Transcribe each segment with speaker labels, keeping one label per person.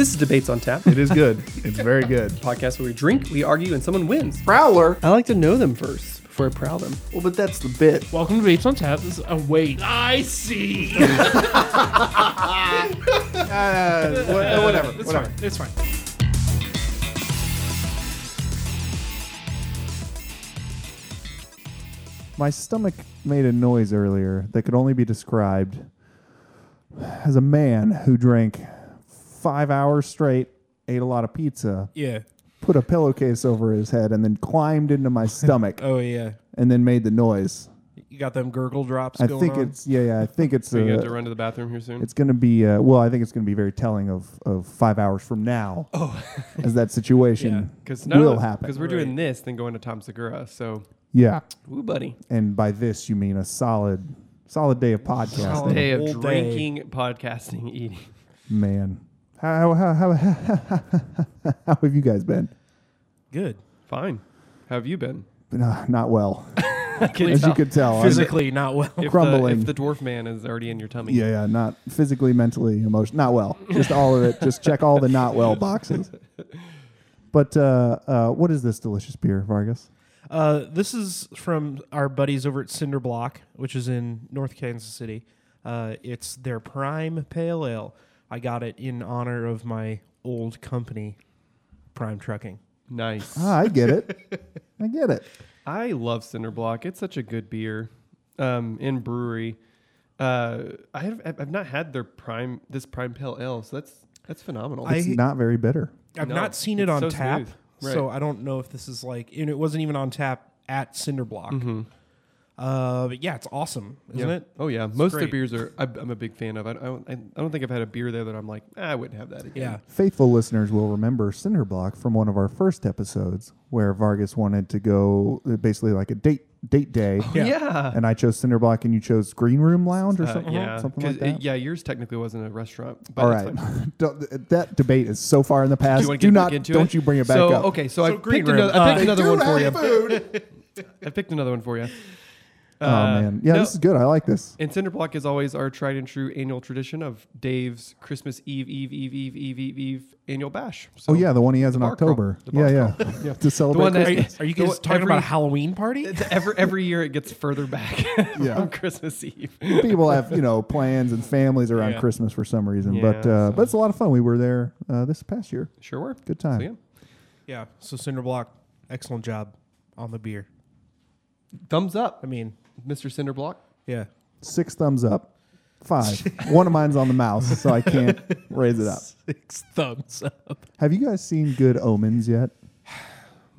Speaker 1: This is Debates on Tap,
Speaker 2: It is good. It's very good.
Speaker 1: a podcast where we drink, we argue, and someone wins.
Speaker 2: Prowler.
Speaker 1: I like to know them first before I prowl them.
Speaker 2: Well, but that's the bit.
Speaker 3: Welcome to Babes on Tap. This is, oh, wait. I see.
Speaker 2: Uh, wha- whatever.
Speaker 3: It's
Speaker 2: Whatever.
Speaker 3: fine. It's fine.
Speaker 4: My stomach made a noise earlier that could only be described as a man who drank five hours straight, ate a lot of pizza,
Speaker 5: Yeah.
Speaker 4: put a pillowcase over his head, and then climbed into my stomach
Speaker 5: Oh yeah.
Speaker 4: and then made the noise.
Speaker 5: You got them gurgle drops.
Speaker 4: I
Speaker 5: going
Speaker 4: think
Speaker 5: on?
Speaker 4: it's yeah, yeah. I think it's
Speaker 6: So you have
Speaker 4: uh,
Speaker 6: to run to the bathroom here soon.
Speaker 4: it's gonna be uh, well. I think it's gonna be very telling of of five hours from now.
Speaker 2: Oh.
Speaker 4: as that situation
Speaker 6: Because
Speaker 4: will happen.
Speaker 6: Because we're doing this, then going to Tom Segura. So,
Speaker 4: yeah,
Speaker 6: ooh, buddy,
Speaker 4: and by this you mean a solid solid day of podcasting.
Speaker 6: day of
Speaker 5: whole day.
Speaker 6: drinking, podcasting, eating.
Speaker 4: Man, how how how how, how have you guys been?
Speaker 5: good.
Speaker 6: Fine. How have you been?
Speaker 4: No, not well,
Speaker 6: Can
Speaker 4: as you
Speaker 6: tell.
Speaker 4: could tell.
Speaker 5: Physically not well.
Speaker 6: if
Speaker 4: crumbling.
Speaker 6: The, if the dwarf man is already in your tummy.
Speaker 4: I'm- yeah, yeah, not physically, mentally, emotionally, not well. Just all of it. Just check all the not well boxes. But uh, uh, what is this delicious beer, Vargas?
Speaker 5: Uh, this is from our buddies over at Cinderblock, which is in North Kansas City. Uh, it's their Prime Pale Ale. I got it in honor of my old company, Prime Trucking.
Speaker 6: Nice.
Speaker 4: Ah, I get it. I get it.
Speaker 6: I love Cinderblock. It's such a good beer um, in brewery. Uh, I have, I've not had their prime this prime pale ale, so that's that's phenomenal.
Speaker 5: I-
Speaker 4: It's not very bitter.
Speaker 5: I've
Speaker 6: No,
Speaker 5: not seen
Speaker 6: it's
Speaker 5: it on
Speaker 6: so
Speaker 5: tap,
Speaker 6: smooth. Right.
Speaker 5: so I don't know if this is like, and it wasn't even on tap at Cinderblock. Uh, but Mm-hmm. yeah, it's awesome, isn't
Speaker 6: Yeah.
Speaker 5: it?
Speaker 6: Oh yeah, most of their
Speaker 5: great.
Speaker 6: beers are. I, I'm a big fan of. I, don't- I, don't- I don't think I've had a beer there that I'm like, "Ah, I wouldn't have that again.
Speaker 5: Yeah.
Speaker 4: Faithful listeners will remember Cinderblock from one of our first episodes, where Vargas wanted to go uh, basically like a date date day.
Speaker 6: Oh,
Speaker 5: Yeah.
Speaker 6: yeah.
Speaker 4: and I chose Cinderblock, and you chose Green Room Lounge or
Speaker 6: Uh,
Speaker 4: something,
Speaker 6: yeah,
Speaker 4: something
Speaker 6: 'Cause
Speaker 4: like that.
Speaker 6: it- yeah, yours technically wasn't a restaurant. But
Speaker 4: All
Speaker 6: that's
Speaker 4: right,
Speaker 6: fine.
Speaker 4: Don't- that debate is so far in the
Speaker 6: Do
Speaker 4: past.
Speaker 6: you want to
Speaker 4: Do
Speaker 6: get
Speaker 4: not,
Speaker 6: back into it?
Speaker 4: don't you bring it back
Speaker 6: so,
Speaker 4: up?
Speaker 6: Okay, so, I,
Speaker 5: Green
Speaker 6: picked
Speaker 5: Room.
Speaker 6: another, I picked
Speaker 5: Uh,
Speaker 6: another one for you.
Speaker 2: Food.
Speaker 6: I picked another one for you.
Speaker 4: Oh man, yeah,
Speaker 6: Uh, no.
Speaker 4: this is good. I like this.
Speaker 6: And Cinderblock is always our tried and true annual tradition of Dave's Christmas Eve, Eve, Eve, Eve, Eve, Eve, Eve annual bash. So
Speaker 4: Oh yeah, the one he has in
Speaker 6: bar crawl.
Speaker 4: October.
Speaker 6: The
Speaker 4: Yeah,
Speaker 6: bar
Speaker 4: yeah, to
Speaker 6: the
Speaker 4: celebrate.
Speaker 6: one that
Speaker 5: Are you,
Speaker 4: Christmas.
Speaker 5: are you
Speaker 6: the
Speaker 5: guys
Speaker 6: one-
Speaker 5: talking about a
Speaker 6: every-
Speaker 5: Halloween party?
Speaker 6: the- every every year it gets further back
Speaker 4: Yeah.
Speaker 6: from Christmas Eve.
Speaker 4: People have you know plans and families around
Speaker 5: Yeah.
Speaker 4: Christmas for some reason,
Speaker 6: Yeah,
Speaker 4: but uh,
Speaker 6: so-
Speaker 4: but it's a lot of fun. We were there uh, this past year.
Speaker 6: Sure were
Speaker 4: Good time.
Speaker 6: So, yeah.
Speaker 5: Yeah. So Cinderblock, excellent job on the beer.
Speaker 6: Thumbs up,
Speaker 5: I mean,
Speaker 6: Mr. Cinderblock.
Speaker 5: yeah.
Speaker 4: Six thumbs up, five. one of mine's on the mouse, so I can't raise it up.
Speaker 5: Six thumbs up.
Speaker 4: Have you guys seen Good Omens yet?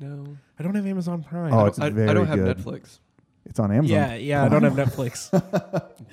Speaker 6: No,
Speaker 5: I don't have Amazon Prime.
Speaker 4: Oh, it's
Speaker 6: I, I
Speaker 4: very
Speaker 6: don't have
Speaker 4: good.
Speaker 6: Netflix.
Speaker 4: It's on Amazon.
Speaker 5: yeah, yeah. I don't have Netflix.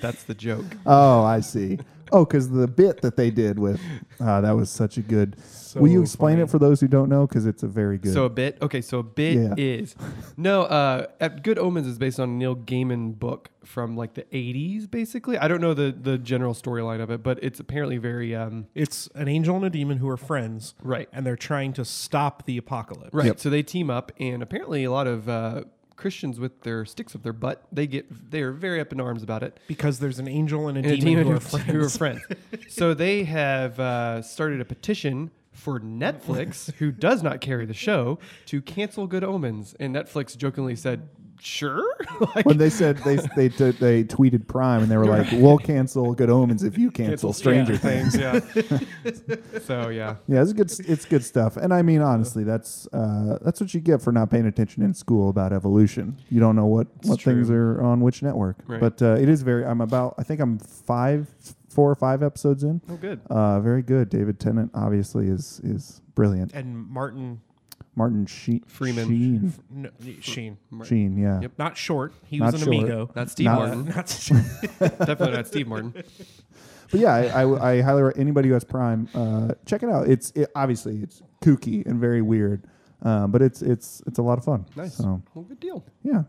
Speaker 6: That's the joke.
Speaker 4: Oh, I see. Oh, because the bit that they did with uh, that was such a good. will you explain it for those who don't know? Because it's a very good.
Speaker 6: So a bit. Okay, so a bit
Speaker 4: Yeah.
Speaker 6: is no. Uh, at Good Omens is based on a Neil Gaiman book from like the '80s, basically. I don't know the the general storyline of it, but it's apparently very um,
Speaker 5: it's an angel and a demon who are friends,
Speaker 6: Right.
Speaker 5: And they're trying to stop the apocalypse.
Speaker 6: right. So they team up, and apparently a lot of uh, Christians with their sticks up their butt, they get they are very up in arms about it.
Speaker 5: Because there's an angel and a,
Speaker 6: And a
Speaker 5: demon,
Speaker 6: demon
Speaker 5: who are
Speaker 6: who-
Speaker 5: friends.
Speaker 6: who are friends. so they have uh, started a petition for Netflix, who does not carry the show, to cancel Good Omens, and Netflix jokingly said, "Sure." like,
Speaker 4: when they said they they t- they tweeted Prime and they were like, "We'll cancel Good Omens if you cancel Stranger Things."
Speaker 6: yeah. so yeah,
Speaker 4: Yeah, it's good. It's good stuff. And I mean, honestly, that's uh, that's what you get for not paying attention in school about evolution. You don't know what what
Speaker 6: true.
Speaker 4: things are on which network.
Speaker 6: Right.
Speaker 4: But uh, it is very. I'm about. I think I'm five, four or five episodes in.
Speaker 6: oh good.
Speaker 4: Uh, very good. David Tennant obviously is is brilliant.
Speaker 5: And Martin
Speaker 4: Martin Sheen.
Speaker 6: Freeman.
Speaker 4: Sheen.
Speaker 5: no, Sheen,
Speaker 4: Sheen, yeah.
Speaker 6: Yep.
Speaker 5: not short. He
Speaker 4: Not
Speaker 5: was an
Speaker 4: short.
Speaker 5: amigo.
Speaker 6: Not Steve
Speaker 4: Not-
Speaker 6: Martin.
Speaker 5: Not
Speaker 6: Definitely not Steve Martin.
Speaker 4: But yeah, I, I, I highly recommend anybody who has Prime, uh, check it out. It's it, obviously it's kooky and very weird, um, but it's it's it's a lot of fun.
Speaker 6: Nice.
Speaker 4: So
Speaker 6: Well, good deal.
Speaker 4: yeah.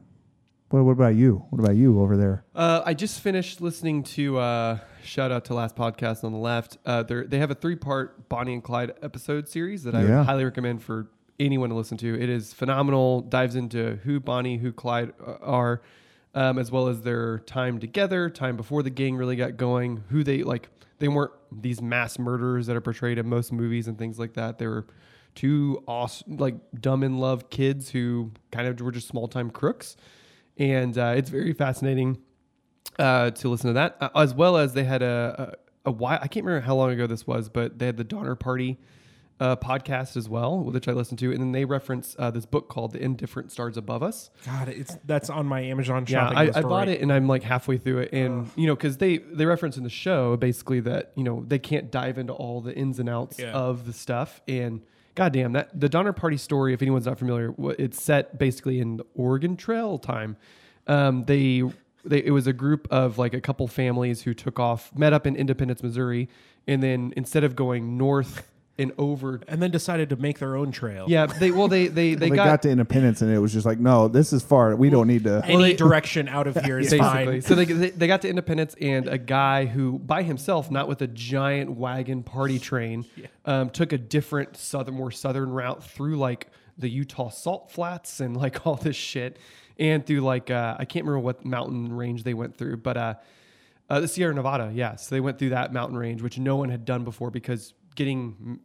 Speaker 4: What, what about you? What about you over there?
Speaker 6: Uh, I just finished listening to uh, shout out to last podcast on the left. Uh, they're- they have a three part Bonnie and Clyde episode series that I
Speaker 4: Yeah.
Speaker 6: would highly recommend for anyone to listen to. It is phenomenal. Dives into who Bonnie, who Clyde uh, are. um, as well as their time together, time before the gang really got going, who they like. They weren't these mass murderers that are portrayed in most movies and things like that. They were two awesome, like dumb in love kids who kind of were just small time crooks, and uh, it's very fascinating uh, to listen to that, uh, as well as they had a, a a while. I can't remember how long ago this was, but they had the Donner Party uh, podcast as well, which I listened to, and then they reference uh, this book called "The Indifferent Stars Above Us."
Speaker 5: God, it's that's on my Amazon
Speaker 6: Yeah,
Speaker 5: shopping.
Speaker 6: I,
Speaker 5: list
Speaker 6: I bought
Speaker 5: already.
Speaker 6: it, and I'm like halfway through it, and you know, because they they reference in the show basically that you know they can't dive into all the ins and outs
Speaker 5: Yeah.
Speaker 6: of the stuff, and goddamn that the Donner Party story. If anyone's not familiar, wa- it's set basically in the Oregon Trail time. Um, they they it was a group of like a couple families who took off, met up in Independence, Missouri, and then instead of going north and over.
Speaker 5: and then decided to make their own trail.
Speaker 6: Yeah, they well they they they,
Speaker 4: They, got, to Independence and it was just like, no, this is far. We don't need to.
Speaker 5: any direction out of here is
Speaker 6: basically.
Speaker 5: fine.
Speaker 6: So they, they they got to Independence, and a guy who, by himself, not with a giant wagon party train, um, took a different southern, more southern route through like the Utah salt flats and like all this shit, and through like uh, I can't remember what mountain range they went through, but uh, uh, the Sierra Nevada. Yeah, so they went through that mountain range, which no one had done before because getting m-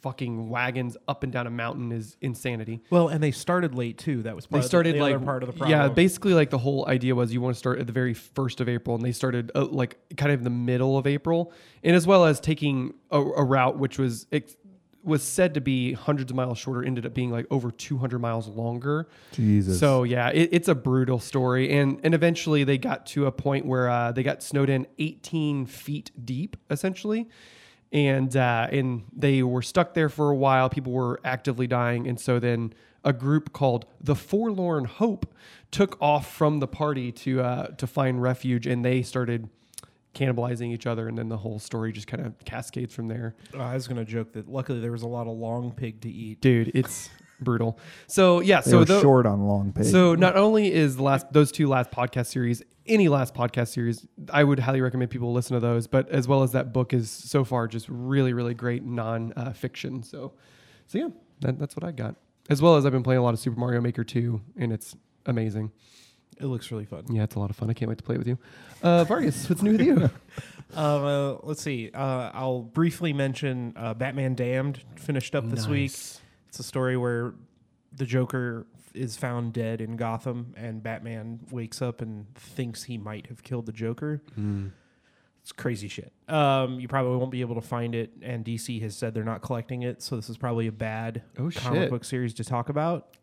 Speaker 6: fucking wagons up and down a mountain is insanity
Speaker 5: Well, and they started late too. That was part
Speaker 6: they started
Speaker 5: of the, the
Speaker 6: like
Speaker 5: other part of the problem.
Speaker 6: yeah basically like the whole idea was you want to start at the very first of april and they started uh, like kind of the middle of april and as well as taking a, a route which was it was said to be hundreds of miles shorter ended up being like over 200 miles longer
Speaker 4: Jesus.
Speaker 6: so yeah it, it's a brutal story and and eventually they got to a point where uh, they got snowed in 18 feet deep essentially and uh, and they were stuck there for a while people were actively dying and so then a group called the forlorn hope took off from the party to uh, to find refuge and they started cannibalizing each other and then the whole story just kind of cascades from there
Speaker 5: Uh, I was gonna joke that luckily there was a lot of long pig to eat.
Speaker 6: dude it's brutal so yeah
Speaker 4: they
Speaker 6: so
Speaker 4: were
Speaker 6: tho-
Speaker 4: short on long page.
Speaker 6: So not only is the last those two last podcast series, any last podcast series, I would highly recommend people listen to those. But as well as that book is so far just really really great non uh, fiction. So, so yeah, that, that's what I got. As well as I've been playing a lot of Super Mario Maker 2, and it's amazing.
Speaker 5: It looks really fun.
Speaker 6: Yeah, it's a lot of fun. I can't wait to play it with you. Uh, Vargas, what's new with you?
Speaker 5: Um, uh, let's see. Uh, I'll briefly mention uh, Batman Damned finished up this week. It's a story where the Joker is found dead in Gotham, and Batman wakes up and thinks he might have killed the Joker.
Speaker 6: Hmm.
Speaker 5: It's crazy shit. Um, you probably won't be able to find it, and DC has said they're not collecting it, so this is probably a bad
Speaker 6: Oh,
Speaker 5: comic
Speaker 6: shit.
Speaker 5: book series to talk about.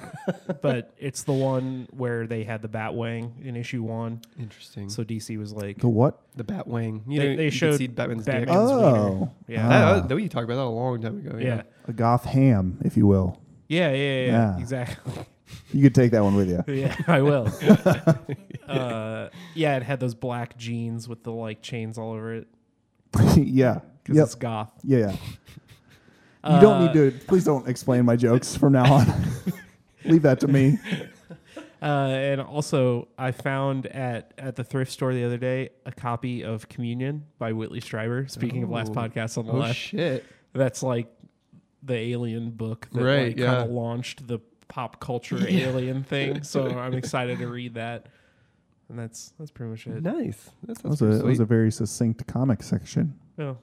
Speaker 5: but it's the one where they had the Batwang in issue one,
Speaker 6: Interesting. So
Speaker 5: so DC was like,
Speaker 4: the what?
Speaker 6: Hmm. the Batwang. You
Speaker 5: They-
Speaker 6: know,
Speaker 5: they
Speaker 6: you could
Speaker 5: showed
Speaker 6: see Batman's dick.
Speaker 5: Batman's-
Speaker 4: Oh.
Speaker 5: Yeah.
Speaker 4: Ah.
Speaker 6: That, that, we talked about that a long time ago. Yeah.
Speaker 5: yeah.
Speaker 4: a goth ham, if you will.
Speaker 5: Yeah, yeah, yeah,
Speaker 4: Yeah.
Speaker 5: exactly.
Speaker 4: You could take that one with you.
Speaker 5: Yeah, I will. uh, yeah, it had those black jeans with the like chains all over it
Speaker 4: yeah.
Speaker 5: because
Speaker 4: Yep.
Speaker 5: it's goth.
Speaker 4: Yeah. Yeah.
Speaker 6: Uh,
Speaker 4: You don't need to. Please don't explain my jokes from now on. Leave that to me.
Speaker 5: Uh, and also, I found at at the thrift store the other day a copy of Communion by Whitley Stryber. Speaking of last
Speaker 6: Oh.
Speaker 5: podcast on the
Speaker 6: Oh
Speaker 5: left,
Speaker 6: shit.
Speaker 5: that's like the alien book that
Speaker 6: Right,
Speaker 5: like,
Speaker 6: yeah.
Speaker 5: kind of launched the pop culture alien thing. So I'm excited to read that. And that's that's pretty much it.
Speaker 6: Nice. That
Speaker 4: That
Speaker 6: sounds
Speaker 4: was, a,
Speaker 6: pretty
Speaker 4: that was
Speaker 6: sweet.
Speaker 4: a very succinct comic section.
Speaker 5: Well,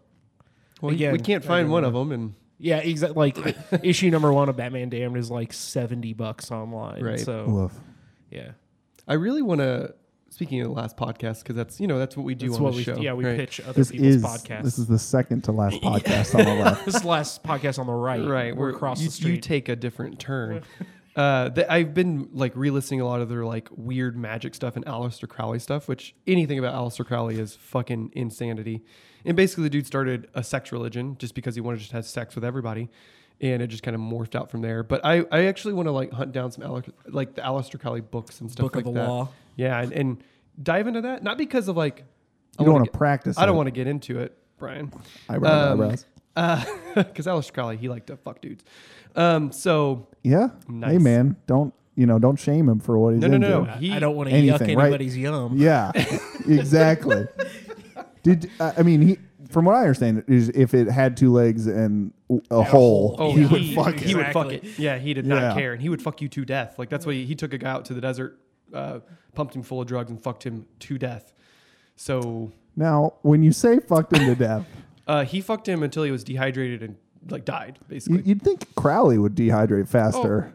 Speaker 6: Well,
Speaker 5: Again,
Speaker 6: we can't
Speaker 5: I
Speaker 6: find
Speaker 5: don't
Speaker 6: one
Speaker 5: know.
Speaker 6: of them, and
Speaker 5: Yeah, exactly. Like issue number one of Batman Damned is like seventy bucks online.
Speaker 6: Right.
Speaker 5: So
Speaker 4: Woof.
Speaker 5: yeah,
Speaker 6: I really want to. Speaking of the last podcast, because that's you know that's what we do
Speaker 5: That's
Speaker 6: on
Speaker 5: what
Speaker 6: the
Speaker 5: we
Speaker 6: show.
Speaker 5: yeah we
Speaker 6: right.
Speaker 5: pitch other
Speaker 4: This
Speaker 5: people's
Speaker 4: is
Speaker 5: podcasts.
Speaker 4: this is the second to last podcast on the left.
Speaker 5: This is the last podcast on the right.
Speaker 6: Right,
Speaker 5: we're
Speaker 6: where
Speaker 5: across
Speaker 6: you,
Speaker 5: the street.
Speaker 6: You take a different turn. uh, th- I've been like re-listening a lot of their like weird magic stuff and Aleister Crowley stuff, which anything about Aleister Crowley is fucking insanity. And basically, the dude started a sex religion just because he wanted to just have sex with everybody, and it just kind of morphed out from there. But I, I actually want to like hunt down some Ale- like the Aleister Crowley books and stuff
Speaker 5: Book
Speaker 6: like
Speaker 5: of the
Speaker 6: that.
Speaker 5: Law.
Speaker 6: Yeah, and, and dive into that not because of like I
Speaker 4: You don't
Speaker 6: wanna
Speaker 4: want
Speaker 6: get-
Speaker 4: to practice.
Speaker 6: I don't
Speaker 4: it.
Speaker 6: want to get into it, Brian.
Speaker 4: Eyebrows,
Speaker 6: um,
Speaker 4: eyebrows.
Speaker 6: Because Aleister Crowley, he liked to fuck dudes. Um, so
Speaker 4: Yeah. Hey
Speaker 6: nice.
Speaker 4: man, don't you know? Don't shame him for what he's
Speaker 6: no, no,
Speaker 4: into.
Speaker 6: no,
Speaker 5: I-
Speaker 6: He,
Speaker 5: I don't want to yuck
Speaker 4: anything, right?
Speaker 5: anybody's yum.
Speaker 4: Yeah, exactly. Did I I mean he? From what I understand, is if it had two legs and a, hole,
Speaker 5: hole.
Speaker 6: Oh,
Speaker 4: he
Speaker 6: yeah.
Speaker 4: would
Speaker 6: he,
Speaker 4: fuck
Speaker 6: he
Speaker 4: it.
Speaker 6: would fuck
Speaker 5: Exactly.
Speaker 6: it. Yeah, he did
Speaker 4: Yeah.
Speaker 6: not care, and he would fuck you to death. Like that's why he, he took a guy out to the desert uh, pumped him full of drugs and fucked him to death. So
Speaker 4: Now, when you say fucked him to death,
Speaker 6: uh, he fucked him until he was dehydrated and like died
Speaker 4: you,
Speaker 6: basically.
Speaker 4: you'd think Crowley would dehydrate faster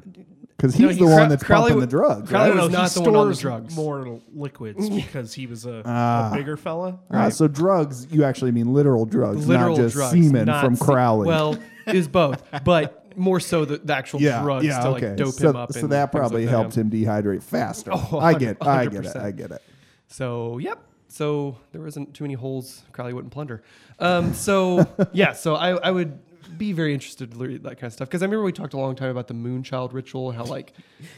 Speaker 4: because
Speaker 6: No,
Speaker 4: he's
Speaker 6: he-
Speaker 4: the
Speaker 6: Crow-
Speaker 4: one that's
Speaker 6: Crowley
Speaker 4: pumping
Speaker 6: would-
Speaker 4: the drugs.
Speaker 6: Crowley
Speaker 4: right?
Speaker 6: was
Speaker 5: he
Speaker 6: not the one on the
Speaker 5: stores
Speaker 6: drugs.
Speaker 5: More l- liquids because he was a,
Speaker 4: Ah.
Speaker 5: a bigger fella.
Speaker 4: Ah, so drugs, you actually mean literal drugs, not just semen
Speaker 6: not
Speaker 4: from
Speaker 6: se-
Speaker 4: Crowley.
Speaker 6: Well, it was both, but more so the, the actual
Speaker 4: yeah,
Speaker 6: drugs
Speaker 4: yeah,
Speaker 6: to like
Speaker 4: okay.
Speaker 6: dope
Speaker 4: so,
Speaker 6: him up.
Speaker 4: so
Speaker 6: and
Speaker 4: that
Speaker 6: things
Speaker 4: probably
Speaker 6: like that.
Speaker 4: helped him dehydrate faster.
Speaker 6: Oh,
Speaker 4: I get, I get it,
Speaker 6: 100%.
Speaker 4: I get it.
Speaker 6: So yep. So there wasn't too many holes Crowley wouldn't plunder. Um, so yeah. So I, I would be very interested to learn that kind of stuff because I remember we talked a long time about the Moonchild ritual and how like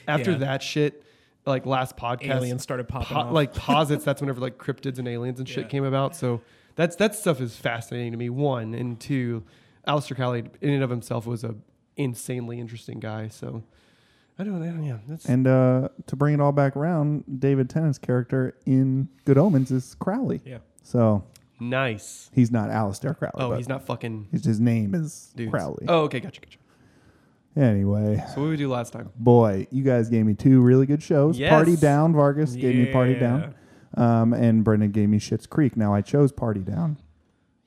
Speaker 6: after
Speaker 5: Yeah.
Speaker 6: that shit, like last podcast,
Speaker 5: Aliens started popping
Speaker 6: po-
Speaker 5: off.
Speaker 6: like posits. That's whenever like cryptids and aliens and shit
Speaker 5: Yeah.
Speaker 6: came about. So that's that stuff is fascinating to me. One and two, Alistair Crowley in and of himself was a insanely interesting guy. So I don't, I don't yeah. That's
Speaker 4: And uh, to bring it all back around, David Tennant's character in Good Omens is Crowley.
Speaker 5: Yeah.
Speaker 4: So
Speaker 6: nice.
Speaker 4: he's not Alistair Crowley.
Speaker 6: Oh,
Speaker 4: but
Speaker 6: he's not fucking.
Speaker 4: his- His name is
Speaker 6: Dudes.
Speaker 4: Crowley.
Speaker 6: Oh, okay, gotcha, gotcha.
Speaker 4: Anyway,
Speaker 6: So what did we do last time?
Speaker 4: boy, you guys gave me two really good shows.
Speaker 6: Yes.
Speaker 4: Party Down, Vargas gave me Party
Speaker 5: Yeah.
Speaker 4: Down, um, and Brendan gave me Shit's Creek. Now I chose Party Down.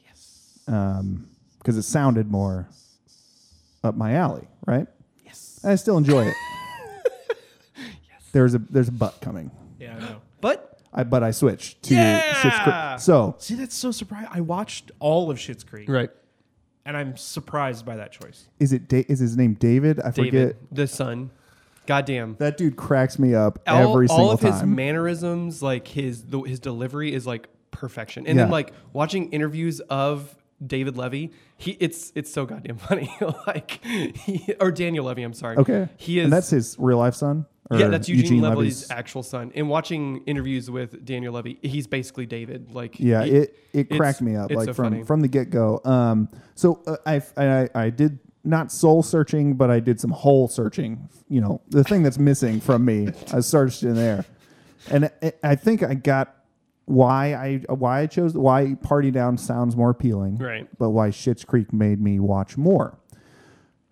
Speaker 4: Yes. Because it sounded more up my alley, right? Yes. I still enjoy it. There's a there's a butt coming.
Speaker 5: Yeah, I know.
Speaker 6: But
Speaker 4: I but I switched to Shit's
Speaker 6: Yeah.
Speaker 4: Creek. So
Speaker 5: See, that's so surprising. I watched all of Shit's Creek,
Speaker 6: right,
Speaker 5: and I'm surprised by that choice.
Speaker 4: is it da- is his name David? I
Speaker 6: David,
Speaker 4: forget.
Speaker 6: the son, goddamn,
Speaker 4: That dude cracks me up
Speaker 6: all,
Speaker 4: every single
Speaker 6: all of
Speaker 4: time.
Speaker 6: his mannerisms, like his the, his delivery is like perfection. And then
Speaker 4: Yeah.
Speaker 6: like watching interviews of David Levy, he it's it's so goddamn funny. like he, or Daniel Levy, I'm sorry.
Speaker 4: okay.
Speaker 6: he is.
Speaker 4: And that's his real life son. Or
Speaker 6: yeah, that's Eugene, Levy's,
Speaker 4: Levy's-
Speaker 6: actual son. And watching interviews with Daniel Levy, he's basically David. Like
Speaker 4: Yeah,
Speaker 6: he-
Speaker 4: it it
Speaker 6: it's-
Speaker 4: cracked me up
Speaker 6: it's
Speaker 4: like
Speaker 6: so
Speaker 4: from
Speaker 6: funny.
Speaker 4: from the get go. Um, so uh, I, I I did not soul searching, but I did some hole searching. You know, the thing that's missing from me, I searched in there, and I, I think I got why I why I chose why Party Down sounds more appealing,
Speaker 6: Right.
Speaker 4: But why Shit's Creek made me watch more.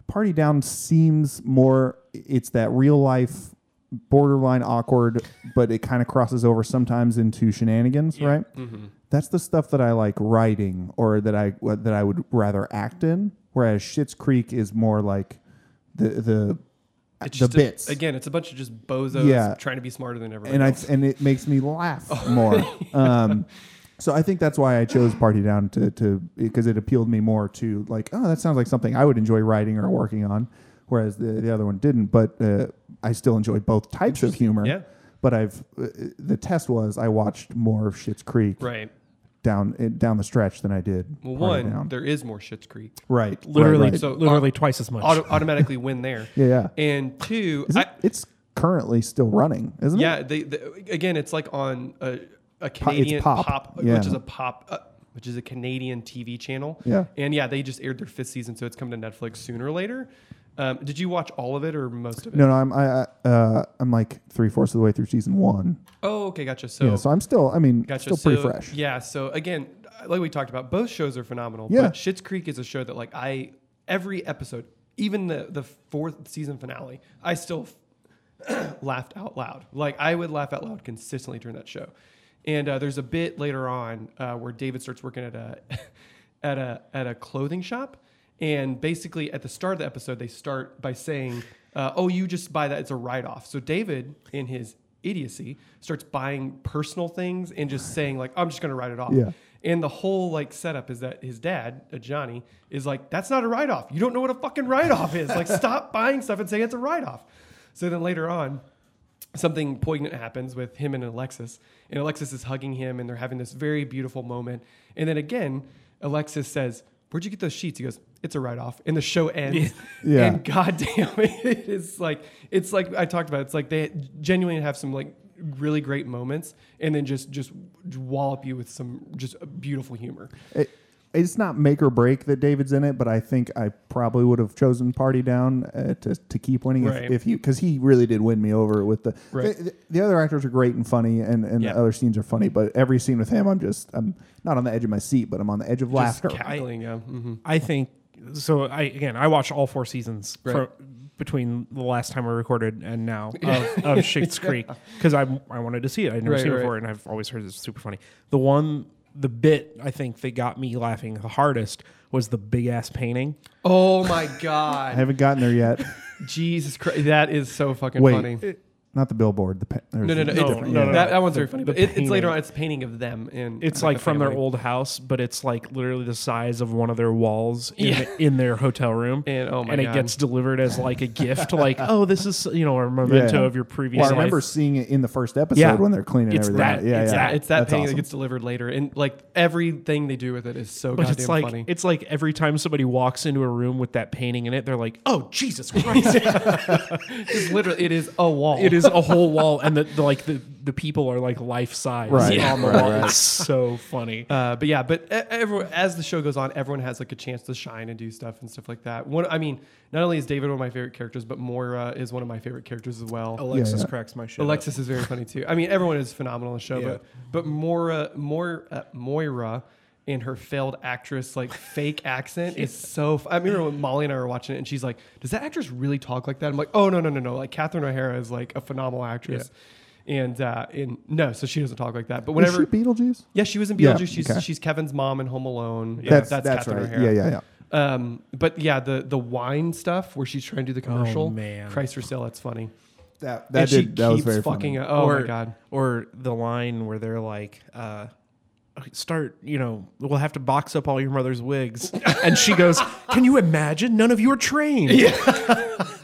Speaker 4: Party Down seems more. It's that real life, borderline awkward, but it kind of crosses over sometimes into shenanigans, right?
Speaker 6: Mm-hmm.
Speaker 4: That's the stuff that I like writing, or that I that I would rather act in. Whereas Shit's Creek is more like the the
Speaker 6: it's
Speaker 4: the
Speaker 6: just a-
Speaker 4: bits.
Speaker 6: again. It's a bunch of just bozos
Speaker 4: Yeah.
Speaker 6: trying to be smarter than everyone.
Speaker 4: and I
Speaker 6: else.
Speaker 4: and it makes me laugh more. Um, so I think that's why I chose Party Down to to because it appealed me more to like oh that sounds like something I would enjoy writing or working on, whereas the, the other one didn't. But uh, I still enjoy both types of humor.
Speaker 6: Yeah.
Speaker 4: But I've uh, the test was I watched more of Shit's Creek
Speaker 6: right.
Speaker 4: down uh, down the stretch than I did.
Speaker 6: Well,
Speaker 4: Party
Speaker 6: one
Speaker 4: Down.
Speaker 6: there is more Shit's Creek.
Speaker 4: right,
Speaker 5: Literally,
Speaker 4: right, right.
Speaker 6: So, uh,
Speaker 5: literally twice as much.
Speaker 6: auto- automatically win there.
Speaker 4: Yeah, yeah.
Speaker 6: And two,
Speaker 4: Is
Speaker 6: I,
Speaker 4: it- it's currently still running, isn't it?
Speaker 6: yeah, they, they, again, it's like on a, a Canadian
Speaker 4: pop.
Speaker 6: pop,
Speaker 4: Yeah.
Speaker 6: which is a pop, uh, which is a Canadian TV channel.
Speaker 4: Yeah.
Speaker 6: And yeah, they just aired their fifth season, so it's coming to Netflix sooner or later. Um, did you watch all of it or most of it?
Speaker 4: No, no, I'm I, I, uh, I'm like three fourths of the way through season one.
Speaker 6: Oh, okay, gotcha. So,
Speaker 4: yeah, so I'm still, I mean,
Speaker 6: gotcha.
Speaker 4: still pretty
Speaker 6: so,
Speaker 4: fresh.
Speaker 6: Yeah. So again, like we talked about, both shows are phenomenal.
Speaker 4: Yeah.
Speaker 6: But Schitt's Creek is a show that like I every episode, even the the fourth season finale, I still laughed out loud. Like I would laugh out loud consistently during that show. And uh, there's a bit later on uh, where David starts working at a at a at a clothing shop, and basically at the start of the episode they start by saying, uh, "Oh, you just buy that; it's a write off." So David, in his idiocy, starts buying personal things and just saying like, "I'm just going to write it off."
Speaker 4: Yeah.
Speaker 6: And the whole like setup is that his dad, uh, Johnny, is like, "That's not a write off. You don't know what a fucking write off is. Like, stop buying stuff and say it's a write off." So then later on, something poignant happens with him and Alexis, and Alexis is hugging him, and they're having this very beautiful moment. And then again, Alexis says, "Where'd you get those sheets?" He goes, "It's a write-off," and the show ends.
Speaker 4: Yeah.
Speaker 6: And goddamn, it is like it's like I talked about. It's like they genuinely have some like really great moments, and then just just wallop you with some just beautiful humor.
Speaker 4: It, it's not make or break that David's in it, but I think I probably would have chosen Party Down uh, to, to keep winning if,
Speaker 6: Right.
Speaker 4: if you because he really did win me over with the
Speaker 6: Right.
Speaker 4: the, the other actors are great and funny and, and
Speaker 6: Yeah.
Speaker 4: the other scenes are funny, but every scene with him I'm just I'm not on the edge of my seat, but I'm on the edge of
Speaker 6: Just
Speaker 4: laughter.
Speaker 6: cackling, yeah. mhm.
Speaker 5: I think so. I again, I watched all four seasons
Speaker 6: Right.
Speaker 5: fro- between the last time I recorded and now of, of Schitt's Creek because I I wanted to see it. I'd never
Speaker 6: Right,
Speaker 5: seen it
Speaker 6: right.
Speaker 5: before, and I've always heard it's super funny. The one, the bit I think that got me laughing the hardest was the big ass painting.
Speaker 6: Oh my
Speaker 4: I
Speaker 6: god,
Speaker 4: haven't gotten there yet.
Speaker 6: Jesus Christ, that is so fucking
Speaker 4: Wait.
Speaker 6: funny.
Speaker 4: Not the billboard. The pa-
Speaker 6: No, no, no,
Speaker 5: No,
Speaker 6: it's-
Speaker 5: no, no, no.
Speaker 6: That, that one's
Speaker 5: The-
Speaker 6: very funny.
Speaker 5: the
Speaker 6: But it, it's later
Speaker 5: painting.
Speaker 6: on. It's painting of them, and
Speaker 5: It's like from their old house, but it's like literally the size of one of their walls in,
Speaker 6: Yeah.
Speaker 5: the- in their hotel room.
Speaker 6: And, oh my
Speaker 5: and it
Speaker 6: God.
Speaker 5: gets delivered as like a gift, like, oh, this is, you know, a memento
Speaker 4: Yeah.
Speaker 5: of your previous
Speaker 4: Well, I
Speaker 5: life.
Speaker 4: remember seeing it in the first episode
Speaker 5: Yeah.
Speaker 4: when they're cleaning
Speaker 5: It's
Speaker 4: everything.
Speaker 5: that-
Speaker 4: out. Yeah,
Speaker 5: it's
Speaker 4: yeah.
Speaker 6: Yeah, it's that
Speaker 4: That's
Speaker 6: painting
Speaker 4: awesome.
Speaker 6: that gets delivered later, and like everything they do with it is so
Speaker 5: But
Speaker 6: goddamn
Speaker 5: it's like
Speaker 6: funny.
Speaker 5: it's like every time somebody walks into a room with that painting in it, they're like, "Oh Jesus Christ!"
Speaker 6: It's literally, it is a wall.
Speaker 5: it is a whole wall, and the, the like the, the people are like life size
Speaker 4: Right,
Speaker 5: on the
Speaker 4: right,
Speaker 5: wall.
Speaker 4: right.
Speaker 5: It's so funny.
Speaker 6: Uh, but yeah, but e- everyone, as the show goes on, everyone has like a chance to shine and do stuff and stuff like that. One, I mean, not only is David one of my favorite characters, but Moira is one of my favorite characters as well.
Speaker 5: Alexis
Speaker 4: yeah.
Speaker 5: cracks my shit. up.
Speaker 6: Alexis is very funny too. I mean, everyone is phenomenal in the show, but but Moira, Moira, uh, Moira, in her failed actress like fake accent is so. F- I remember when Molly and I were watching it, and she's like, "Does that actress really talk like that?" I'm like, "Oh no, no, no, no!" Like Catherine O'Hara is like a phenomenal actress, and uh, and no, so she doesn't talk like that. But
Speaker 4: Was
Speaker 6: whenever.
Speaker 4: she Beetlejuice?
Speaker 6: yeah, she was in
Speaker 4: Yeah,
Speaker 6: Beetlejuice. she's,
Speaker 4: okay.
Speaker 6: she's Kevin's mom in Home Alone. Yeah,
Speaker 4: that's that's, right.
Speaker 6: O'Hara.
Speaker 4: Yeah, yeah, yeah.
Speaker 6: Um, but yeah, the the wine stuff where she's trying to do the commercial.
Speaker 5: man.
Speaker 6: Christ for sale, that's funny.
Speaker 4: Oh, That that
Speaker 6: and she
Speaker 4: did that was
Speaker 6: keeps
Speaker 4: very
Speaker 6: fucking.
Speaker 4: funny.
Speaker 6: Up. Oh
Speaker 5: or,
Speaker 6: my god.
Speaker 5: Or the line where they're like, uh, start, you know, we'll have to box up all your mother's wigs. and she goes, Can you imagine? None of you are trained.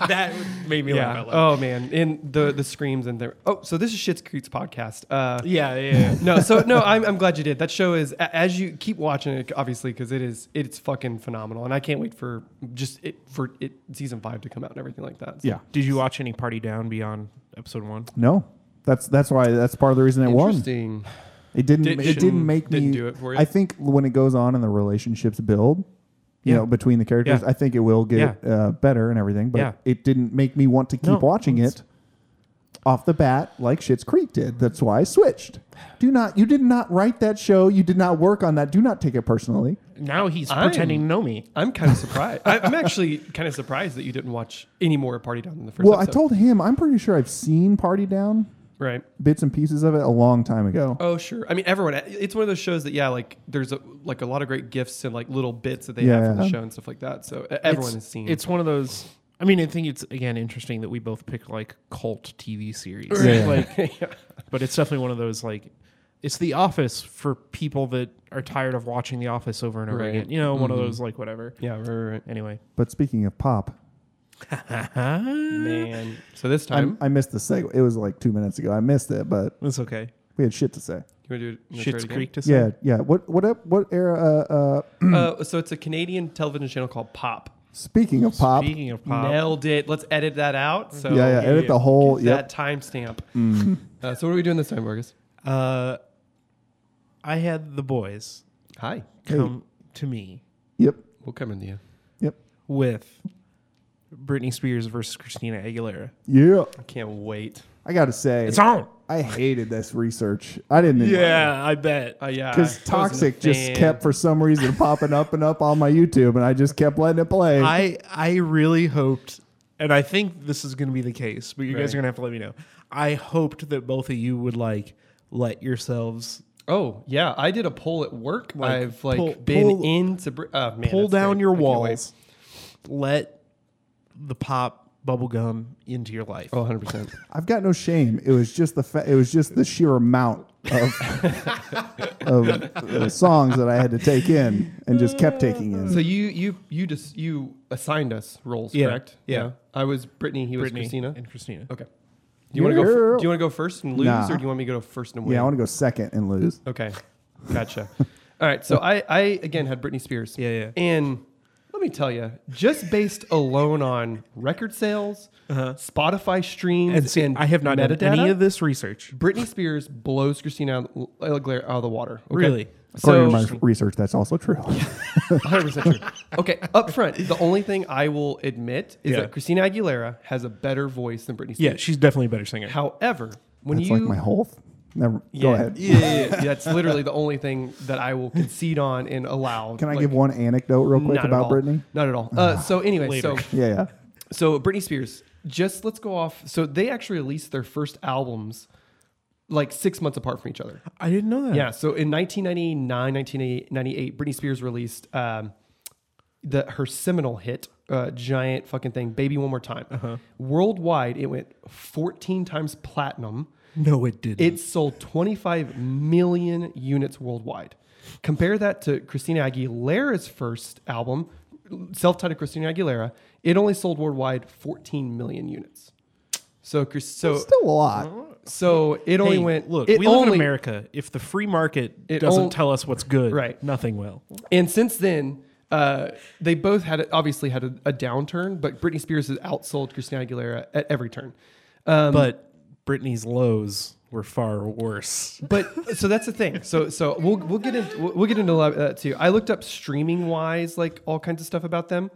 Speaker 5: that made me laugh
Speaker 6: Yeah.
Speaker 5: out loud.
Speaker 6: Oh man. And the the screams and the oh. So this is Shit's Creek's podcast. Uh,
Speaker 5: yeah, yeah, yeah.
Speaker 6: no. So no. I'm, I'm glad you did. That show is a- as you keep watching it, obviously, because it is it's fucking phenomenal, and I can't wait for just it for it season five to come out and everything like that. So-
Speaker 4: Yeah.
Speaker 5: Did you watch any Party Down beyond episode one?
Speaker 4: No. That's that's why that's part of the reason it won.
Speaker 6: Interesting.
Speaker 4: It didn't.
Speaker 6: Didn't-
Speaker 4: it didn't make
Speaker 6: didn't
Speaker 4: me.
Speaker 6: do it for you?
Speaker 4: I think when it goes on and the relationships build, you
Speaker 5: Yeah.
Speaker 4: know, between the characters,
Speaker 5: Yeah.
Speaker 4: I think it will get uh, better and everything. But
Speaker 5: Yeah.
Speaker 4: it didn't make me want to keep
Speaker 5: No,
Speaker 4: watching it off the bat like Shit's Creek did. That's why I switched. Do not. You did not write that show. You did not work on that. Do not take it personally.
Speaker 5: Now he's
Speaker 6: I'm-
Speaker 5: pretending to know me.
Speaker 6: I'm kind of surprised. I, I'm actually kind of surprised that you didn't watch any more Party Down than the first.
Speaker 4: Well, I
Speaker 6: episode.
Speaker 4: told him I'm pretty sure I've seen Party Down
Speaker 6: Right.
Speaker 4: bits and pieces of it a long time ago.
Speaker 6: Oh sure. I mean, everyone. It's one of those shows that yeah, like there's a, like a lot of great gifts and like little bits that they have from the
Speaker 4: Yeah.
Speaker 6: show and stuff like that. So uh, everyone
Speaker 5: it's,
Speaker 6: has seen.
Speaker 5: It's one of those. I mean, I think it's again interesting that we both pick like cult TV series.
Speaker 4: Yeah.
Speaker 5: Like, but it's definitely one of those like, it's The Office for people that are tired of watching The Office over and over
Speaker 6: Right.
Speaker 5: again. You know, one of those like whatever.
Speaker 6: yeah. Right. Right. right.
Speaker 5: Anyway,
Speaker 4: But speaking of pop,
Speaker 5: Mm-hmm.
Speaker 6: Man. So this
Speaker 4: i
Speaker 6: time
Speaker 4: I missed the segue. It was like two minutes ago. I missed it, but
Speaker 5: it's okay.
Speaker 4: we had shit to say.
Speaker 6: you want to do it? you wanna try
Speaker 5: Shit's
Speaker 6: it again?
Speaker 5: Creek to say.
Speaker 4: Yeah, yeah. What what up? What era? Uh, uh,
Speaker 6: Uh, so it's a Canadian television channel called Pop.
Speaker 4: speaking of pop,
Speaker 5: Speaking of pop,
Speaker 6: Nailed it. Let's edit that out. So
Speaker 4: yeah, yeah. Edit the whole.
Speaker 6: Get
Speaker 4: Yep.
Speaker 6: that timestamp.
Speaker 5: Mm.
Speaker 6: Uh, so what are we doing this time, Marcus?
Speaker 5: uh, I had the boys
Speaker 6: Hi.
Speaker 4: Hey.
Speaker 5: come to me
Speaker 4: Yep.
Speaker 6: We'll come into you.
Speaker 4: Yep.
Speaker 5: with Britney Spears versus Christina Aguilera.
Speaker 4: Yeah.
Speaker 6: I can't wait.
Speaker 4: I gotta say,
Speaker 5: It's on.
Speaker 4: I hated this research. I didn't.
Speaker 5: Yeah, I bet.
Speaker 6: Uh, yeah. I
Speaker 4: Because
Speaker 6: wasn't a
Speaker 4: toxic just
Speaker 6: fan.
Speaker 4: kept for some reason popping up and up on my YouTube, and I just kept letting it play.
Speaker 5: I I really hoped, and I think this is going to be the case, but you guys
Speaker 6: Right.
Speaker 5: are going to have to let me know. I hoped that both of you would like let yourselves
Speaker 6: Oh yeah, I did a poll at work. I've like
Speaker 5: pull-
Speaker 6: been
Speaker 5: pull-
Speaker 6: into Br- oh, man,
Speaker 5: pull
Speaker 6: that's
Speaker 5: down
Speaker 6: great.
Speaker 5: your
Speaker 6: I can't wait.
Speaker 5: walls, let the pop bubblegum into your life.
Speaker 6: Oh, 100 percent.
Speaker 4: I've got no shame. It was just the fa- it was just the sheer amount of of uh, songs that I had to take in and just kept taking in.
Speaker 6: So you you you just you assigned us roles,
Speaker 5: Yeah.
Speaker 6: correct?
Speaker 5: Yeah.
Speaker 6: I was Brittany. He was
Speaker 5: Brittany
Speaker 6: Christina.
Speaker 5: and Christina.
Speaker 6: Okay. Do you want to go?
Speaker 4: Girl.
Speaker 6: f- do you want to go first and lose,
Speaker 4: Nah.
Speaker 6: or do you want me to go first and win?
Speaker 4: yeah, I want to go second and lose.
Speaker 6: Okay, gotcha. All right, so I, I again had Britney Spears.
Speaker 5: Yeah, yeah.
Speaker 6: And let me tell you, just based alone on record sales,
Speaker 5: Uh-huh.
Speaker 6: Spotify streams,
Speaker 5: And
Speaker 6: and,
Speaker 5: see, I have not done
Speaker 6: metadata,
Speaker 5: any of this research.
Speaker 6: Britney Spears blows Christina Aguilera out of the water. okay?
Speaker 5: Really?
Speaker 4: According
Speaker 6: So,
Speaker 4: to my research, that's also true.
Speaker 6: 100% true. Okay, up front, the only thing I will admit is
Speaker 5: Yeah.
Speaker 6: that Christina Aguilera has a better voice than Britney Spears.
Speaker 5: Yeah, she's definitely a better singer.
Speaker 6: However, when
Speaker 4: That's
Speaker 6: you
Speaker 4: like my whole. th- Never. Go
Speaker 6: Yeah.
Speaker 4: ahead.
Speaker 6: Yeah, yeah, yeah. that's literally the only thing that I will concede on and allow.
Speaker 4: Can I
Speaker 6: Like,
Speaker 4: give one anecdote real quick
Speaker 6: not at
Speaker 4: about Ah.
Speaker 6: all.
Speaker 4: Brittany?
Speaker 6: Not at all. Uh, so anyway, so
Speaker 4: Yeah, yeah.
Speaker 6: So Britney Spears, just let's go off. So they actually released their first albums like six months apart from each other.
Speaker 4: Ah.
Speaker 5: I didn't know that.
Speaker 6: Yeah. So in 1999, 1998, Britney Spears released um, the her seminal hit, uh, giant fucking thing, "Baby One More Time."
Speaker 4: Uh-huh.
Speaker 6: Worldwide, it went 14 times platinum.
Speaker 5: No, it didn't.
Speaker 6: It sold 25 million units worldwide. Compare that to Christina Aguilera's first album, self-titled Christina Aguilera. It only sold worldwide 14 million units. So, Chris- so,
Speaker 4: Still a lot.
Speaker 6: so it only
Speaker 5: Hey,
Speaker 6: went.
Speaker 5: Look,
Speaker 6: it
Speaker 5: we live in
Speaker 6: only-
Speaker 5: America. If the free market
Speaker 6: It
Speaker 5: doesn't
Speaker 6: on-
Speaker 5: tell us what's good,
Speaker 6: Right.
Speaker 5: nothing will.
Speaker 6: And since then, uh, they both had obviously had a, a downturn, but Britney Spears has outsold Christina Aguilera at every turn.
Speaker 5: but Britney's lows were far worse.
Speaker 6: But so that's the thing. So so we'll we'll get into we'll we'll get into a lot of that too. I looked up streaming wise, like all kinds of stuff about them,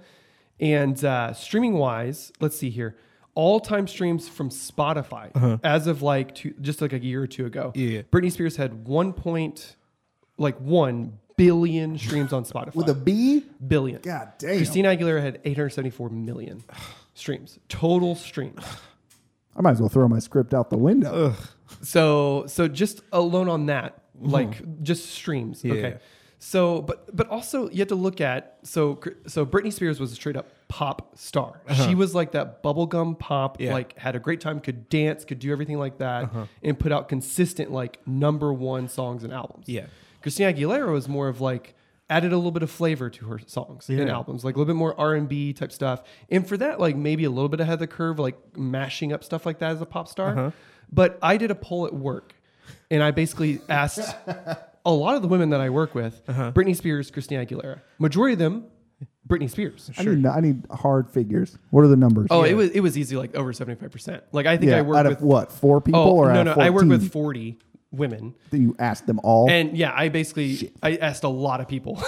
Speaker 6: and uh, streaming wise, let's see here. All time streams from Spotify
Speaker 4: Uh-huh.
Speaker 6: as of like two, just like a year or two ago.
Speaker 5: Yeah.
Speaker 6: Britney Spears had one point, like one billion streams on Spotify
Speaker 4: With a B?
Speaker 6: billion.
Speaker 4: God damn.
Speaker 6: Christina Aguilera had 874 million streams, total streams.
Speaker 4: I might as well throw my script out the window.
Speaker 6: So so just alone on that, like just streams. Okay. So but but also you have to look at so Cr- so Britney Spears was a straight up pop star. She was like that bubblegum pop,
Speaker 5: Yeah.
Speaker 6: like had a great time, could dance, could do everything like that, and put out consistent like number one songs and albums.
Speaker 5: Yeah.
Speaker 6: Christina Aguilera was more of like added a little bit of flavor to her songs and
Speaker 5: Yeah.
Speaker 6: albums, like a little bit more R and B type stuff. And for that, like maybe a little bit ahead of the curve, like mashing up stuff like that as a pop star.
Speaker 4: Uh-huh.
Speaker 6: But I did a poll at work, and I basically asked a lot of the women that I work with,
Speaker 4: Uh-huh.
Speaker 6: Britney Spears, Christina Aguilera. Majority of them, Britney Spears.
Speaker 4: I, need, I need hard figures. What are the numbers?
Speaker 6: Oh, it was it was easy, like over seventy five percent. Like I think I worked
Speaker 4: out
Speaker 6: with
Speaker 4: of what? Four people
Speaker 6: oh
Speaker 4: or
Speaker 6: no
Speaker 4: out
Speaker 6: no
Speaker 4: of
Speaker 6: I worked
Speaker 4: 14?
Speaker 6: with forty women.
Speaker 4: Then you asked them all.
Speaker 6: And yeah, I basically I asked a lot of people.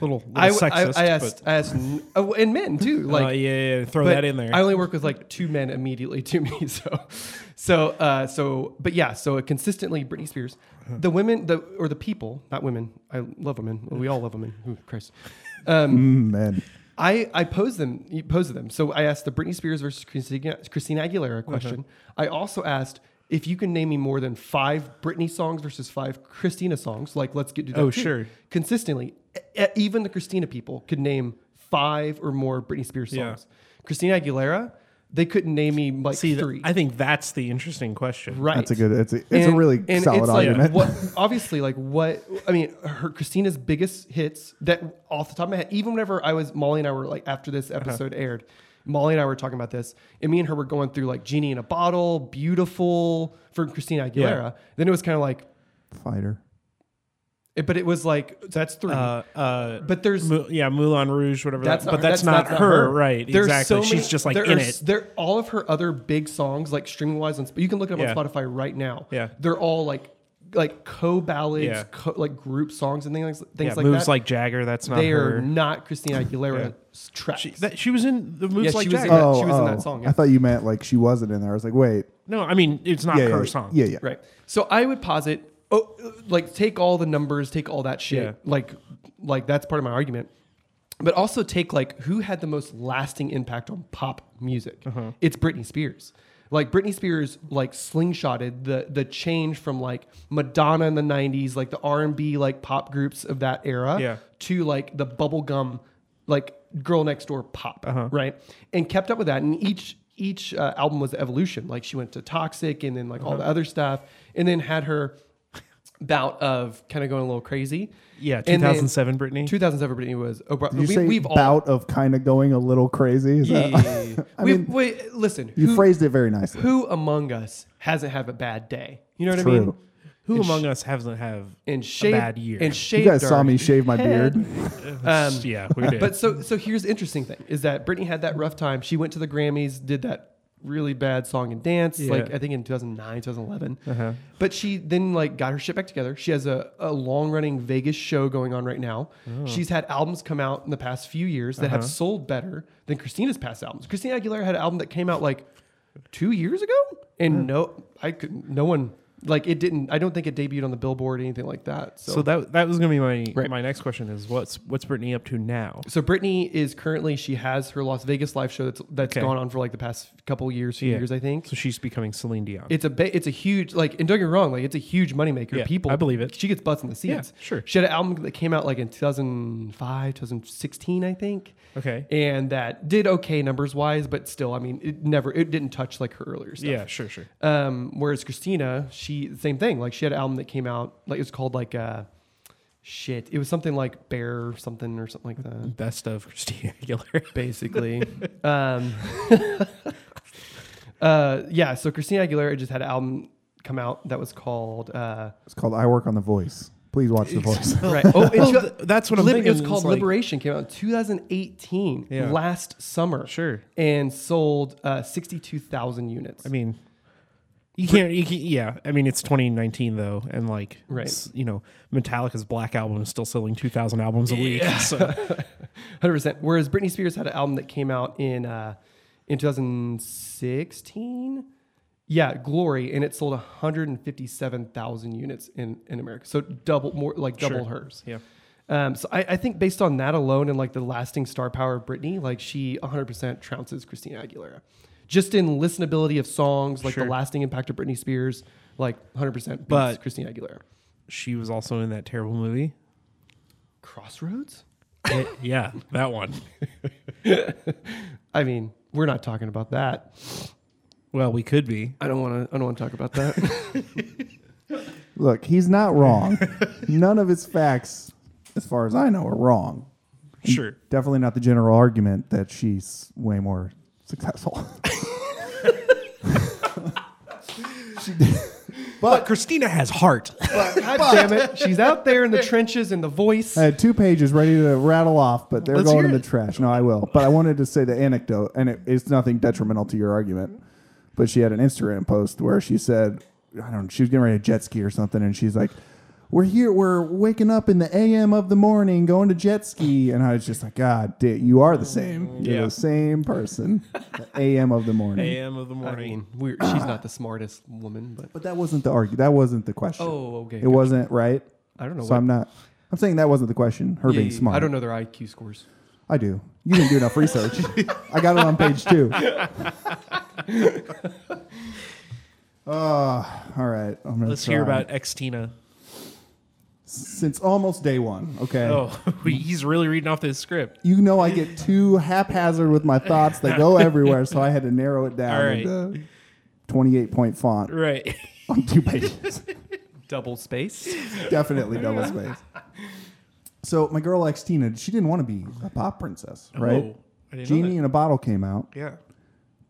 Speaker 5: Little- little
Speaker 6: I, I-
Speaker 5: sexist,
Speaker 6: I, asked, I asked, oh, and men too. Like,
Speaker 5: Uh, yeah, yeah, throw
Speaker 6: but
Speaker 5: that in there.
Speaker 6: I only work with like two men immediately to me. So, so, uh, so, but yeah, so consistently Britney Spears,
Speaker 5: Uh-huh.
Speaker 6: the women, the or the people, not women. I love women. We all love women. Ooh, Christ.
Speaker 4: Mm, man.
Speaker 6: I, I posed them you posed them. So I asked the Britney Spears versus Christina, Christina Aguilera question. I also asked if you can name me more than five Britney songs versus five Christina songs. Like let's get to that
Speaker 5: Oh,
Speaker 6: too.
Speaker 5: sure.
Speaker 6: consistently. E- e- even the Christina people could name five or more Britney Spears
Speaker 5: Yeah.
Speaker 6: songs. Christina Aguilera, they couldn't name me like
Speaker 5: See, th-
Speaker 6: three.
Speaker 5: I think that's the interesting question.
Speaker 6: right.
Speaker 4: That's a good, it's a, it's
Speaker 6: And-
Speaker 4: a really
Speaker 6: and
Speaker 4: solid
Speaker 6: it's like
Speaker 4: argument.
Speaker 6: what, obviously, like what I mean, her Christina's biggest hits that off the top of my head, even whenever I was Molly and I were like after this episode aired, Molly and I were talking about this, and me and her were going through like Genie in a Bottle, Beautiful for Christina Aguilera. Then it was kind of like,
Speaker 4: Fighter.
Speaker 6: it- but it was like that's three.
Speaker 5: Uh, uh,
Speaker 6: but there's
Speaker 5: Mu- yeah, Moulin Rouge, whatever.
Speaker 6: That's
Speaker 5: that,
Speaker 6: not
Speaker 5: but
Speaker 6: her-
Speaker 5: that's,
Speaker 6: that's
Speaker 5: not,
Speaker 6: not
Speaker 5: her,
Speaker 6: her.
Speaker 5: right?
Speaker 6: There's
Speaker 5: exactly.
Speaker 6: so many-
Speaker 5: She's just like
Speaker 6: there
Speaker 5: in
Speaker 6: are,
Speaker 5: it.
Speaker 6: s- There, all of her other big songs, like streaming wise, on Sp- you can look it up
Speaker 5: Yeah.
Speaker 6: on Spotify right now.
Speaker 5: Yeah.
Speaker 6: they're all like like co ballads,
Speaker 5: Yeah.
Speaker 6: co- like group songs and things things
Speaker 5: yeah,
Speaker 6: like
Speaker 5: moves
Speaker 6: that.
Speaker 5: like Jagger. That's not
Speaker 6: they
Speaker 5: her.
Speaker 6: are not Christina Aguilera tracks.
Speaker 5: she, that, she was in the moves
Speaker 6: Yeah,
Speaker 5: like
Speaker 6: she was in
Speaker 5: Jagger.
Speaker 6: that- she was in
Speaker 4: Oh,
Speaker 6: that
Speaker 4: oh.
Speaker 6: song,
Speaker 4: I
Speaker 6: yeah.
Speaker 4: thought you meant like she wasn't in there. I was like, wait.
Speaker 5: no, I mean it's not
Speaker 4: Yeah,
Speaker 5: her
Speaker 4: yeah,
Speaker 5: song.
Speaker 4: Yeah, yeah.
Speaker 6: right. So I would posit, oh, like take all the numbers, take all that shit.
Speaker 5: Yeah.
Speaker 6: Like, like that's part of my argument. But also take like who had the most lasting impact on pop music?
Speaker 5: Uh-huh.
Speaker 6: It's Britney Spears. Like Britney Spears, like slingshotted the the change from like Madonna in the '90s, like the R and B like pop groups of that era,
Speaker 5: Yeah.
Speaker 6: to like the bubblegum like girl next door pop
Speaker 5: Uh-huh.
Speaker 6: right and kept up with that and each each uh, album was the evolution like she went to toxic and then like
Speaker 5: Uh-huh.
Speaker 6: all the other stuff and then had her bout of kind of going a little crazy
Speaker 5: Yeah,
Speaker 6: And then
Speaker 5: 2007 Britney.
Speaker 6: 2007 Britney was O'Brien.
Speaker 4: Did you say
Speaker 6: we've all
Speaker 4: bout of kind of going a little crazy? Is that- I
Speaker 6: we,
Speaker 4: mean,
Speaker 6: wait, listen
Speaker 4: you
Speaker 6: who,
Speaker 4: phrased it very nicely.
Speaker 6: who among us hasn't had a bad day you know what I mean
Speaker 4: True.
Speaker 5: Who among us hasn't have?
Speaker 6: and shaved
Speaker 5: bad year. You
Speaker 6: and
Speaker 5: guys
Speaker 4: You
Speaker 6: shaved
Speaker 4: guys saw
Speaker 6: our
Speaker 4: me shave my
Speaker 6: head.
Speaker 4: beard.
Speaker 6: um,
Speaker 5: yeah, we did.
Speaker 6: But so so here's the interesting thing is that Britney had that rough time. She went to the Grammys, did that really bad song and dance,
Speaker 5: Yeah. Uh-huh.
Speaker 6: like I think in 2009, 2011. But she then like got her shit back together. She has a, a long running Vegas show going on right now.
Speaker 5: Oh.
Speaker 6: She's had albums come out in the past few years that
Speaker 5: Uh-huh.
Speaker 6: have sold better than Christina's past albums. Christina Aguilera had an album that came out like two years ago, and no, I could no one Like it didn't. I don't think it debuted on the Billboard or anything like that. So,
Speaker 5: So, that that was gonna be my
Speaker 6: Right.
Speaker 5: my next question is what's what's Brittany up to now?
Speaker 6: So Brittany is currently she has her Las Vegas live show that's that's
Speaker 5: Okay.
Speaker 6: gone on for like the past couple years, few
Speaker 5: Yeah.
Speaker 6: years I think.
Speaker 5: So she's becoming Celine Dion.
Speaker 6: It's a ba- it's a huge like and don't get me wrong like it's a huge moneymaker.
Speaker 5: Yeah,
Speaker 6: People
Speaker 5: I believe it.
Speaker 6: She gets butts in the seats.
Speaker 5: Yeah, sure.
Speaker 6: She had an album that came out like in 2005, 2016 I think.
Speaker 5: okay.
Speaker 6: And that did okay numbers wise, but still I mean it never it didn't touch like her earlier stuff.
Speaker 5: Yeah, sure, sure.
Speaker 6: Um, whereas Christina, she same thing. Like she had an album that came out like it's called like uh shit. It was something like Bear or something or something like that
Speaker 5: Best of Christina Aguilera.
Speaker 6: basically. um, uh, yeah, so Christina Aguilera just had an album come out that was called uh,
Speaker 4: It's called I Work on the Voice. Please watch the voice.
Speaker 6: right. Oh, it's
Speaker 5: Well, th- that's what I'm
Speaker 6: Lib-
Speaker 5: thinking.
Speaker 6: It was
Speaker 5: It's
Speaker 6: called
Speaker 5: like-
Speaker 6: Liberation. Came out in 2018,
Speaker 5: Yeah.
Speaker 6: last summer,
Speaker 5: Sure.
Speaker 6: and sold uh, 62,000 units.
Speaker 5: I mean, you can't. You can, yeah, I mean, it's 2019 though, and like,
Speaker 6: Right.
Speaker 5: s- You know, Metallica's Black album is still selling 2,000 albums a week. So
Speaker 6: 100. percent Whereas Britney Spears had an album that came out in uh, in 2016. Yeah, Glory, and it sold 157,000 units in in America. So double more, like double hers.
Speaker 5: yeah,
Speaker 6: Um, so I, I think based on that alone and like the lasting star power of Britney, like she 100% trounces Christina Aguilera, just in listenability of songs, like
Speaker 5: Sure.
Speaker 6: the lasting impact of Britney Spears, like 100% beats
Speaker 5: But-
Speaker 6: Christina Aguilera.
Speaker 5: she was also in that terrible movie.
Speaker 6: Crossroads.
Speaker 5: It- yeah, that one.
Speaker 6: I mean, we're not talking about that.
Speaker 5: Well, we could be.
Speaker 6: I don't want to. I don't want to talk about that.
Speaker 4: Look, he's not wrong. None of his facts, as far as I know, are wrong.
Speaker 5: Sure.
Speaker 4: Definitely not the general argument that she's way more successful. She did-
Speaker 5: But Christina has heart.
Speaker 6: God damn it! She's out there in the trenches and the voice.
Speaker 4: I had Uh, two pages ready to rattle off, but they're
Speaker 6: Let's
Speaker 4: going in
Speaker 6: hear
Speaker 4: the
Speaker 6: it.
Speaker 4: trash. No, I will. But I wanted to say the anecdote, and it, it's nothing detrimental to your argument. But she had an Instagram post where she said, I don't know, she was getting ready to jet ski or something, and she's like, we're here. We're waking up in the AM of the morning, going to jet ski, and I was just like, God, da- you are the
Speaker 6: Mm-hmm.
Speaker 4: same. You're
Speaker 5: Yeah.
Speaker 4: the same person. The AM of the morning.
Speaker 5: A.M. of the
Speaker 6: I
Speaker 5: morning.
Speaker 6: mean, we're, she's not the smartest woman, but
Speaker 4: But that wasn't the argue. That wasn't the question.
Speaker 6: Oh, okay,
Speaker 4: It
Speaker 6: gotcha.
Speaker 4: wasn't right.
Speaker 6: I don't know.
Speaker 4: So I'm not. I'm saying that wasn't the question. Her
Speaker 6: Yeah,
Speaker 4: being
Speaker 6: yeah, yeah.
Speaker 4: smart.
Speaker 6: I don't know their IQ scores.
Speaker 4: I do. You didn't do enough research. I got it on page two. Uh, all right. I'm gonna
Speaker 5: Let's hear
Speaker 4: try.
Speaker 5: about ex Tina.
Speaker 4: since almost day one. Okay.
Speaker 5: Oh, he's really reading off this script.
Speaker 4: You know I get too haphazard with my thoughts. They go everywhere, so I had to narrow it down
Speaker 5: All right.
Speaker 4: into 28 point font
Speaker 5: Right.
Speaker 4: on two pages.
Speaker 6: Double space.
Speaker 4: Definitely double space. So my girl ex Tina, she didn't want to be a pop princess, right?
Speaker 5: Oh, I didn't know
Speaker 4: Genie in a Bottle came out.
Speaker 5: that. Yeah.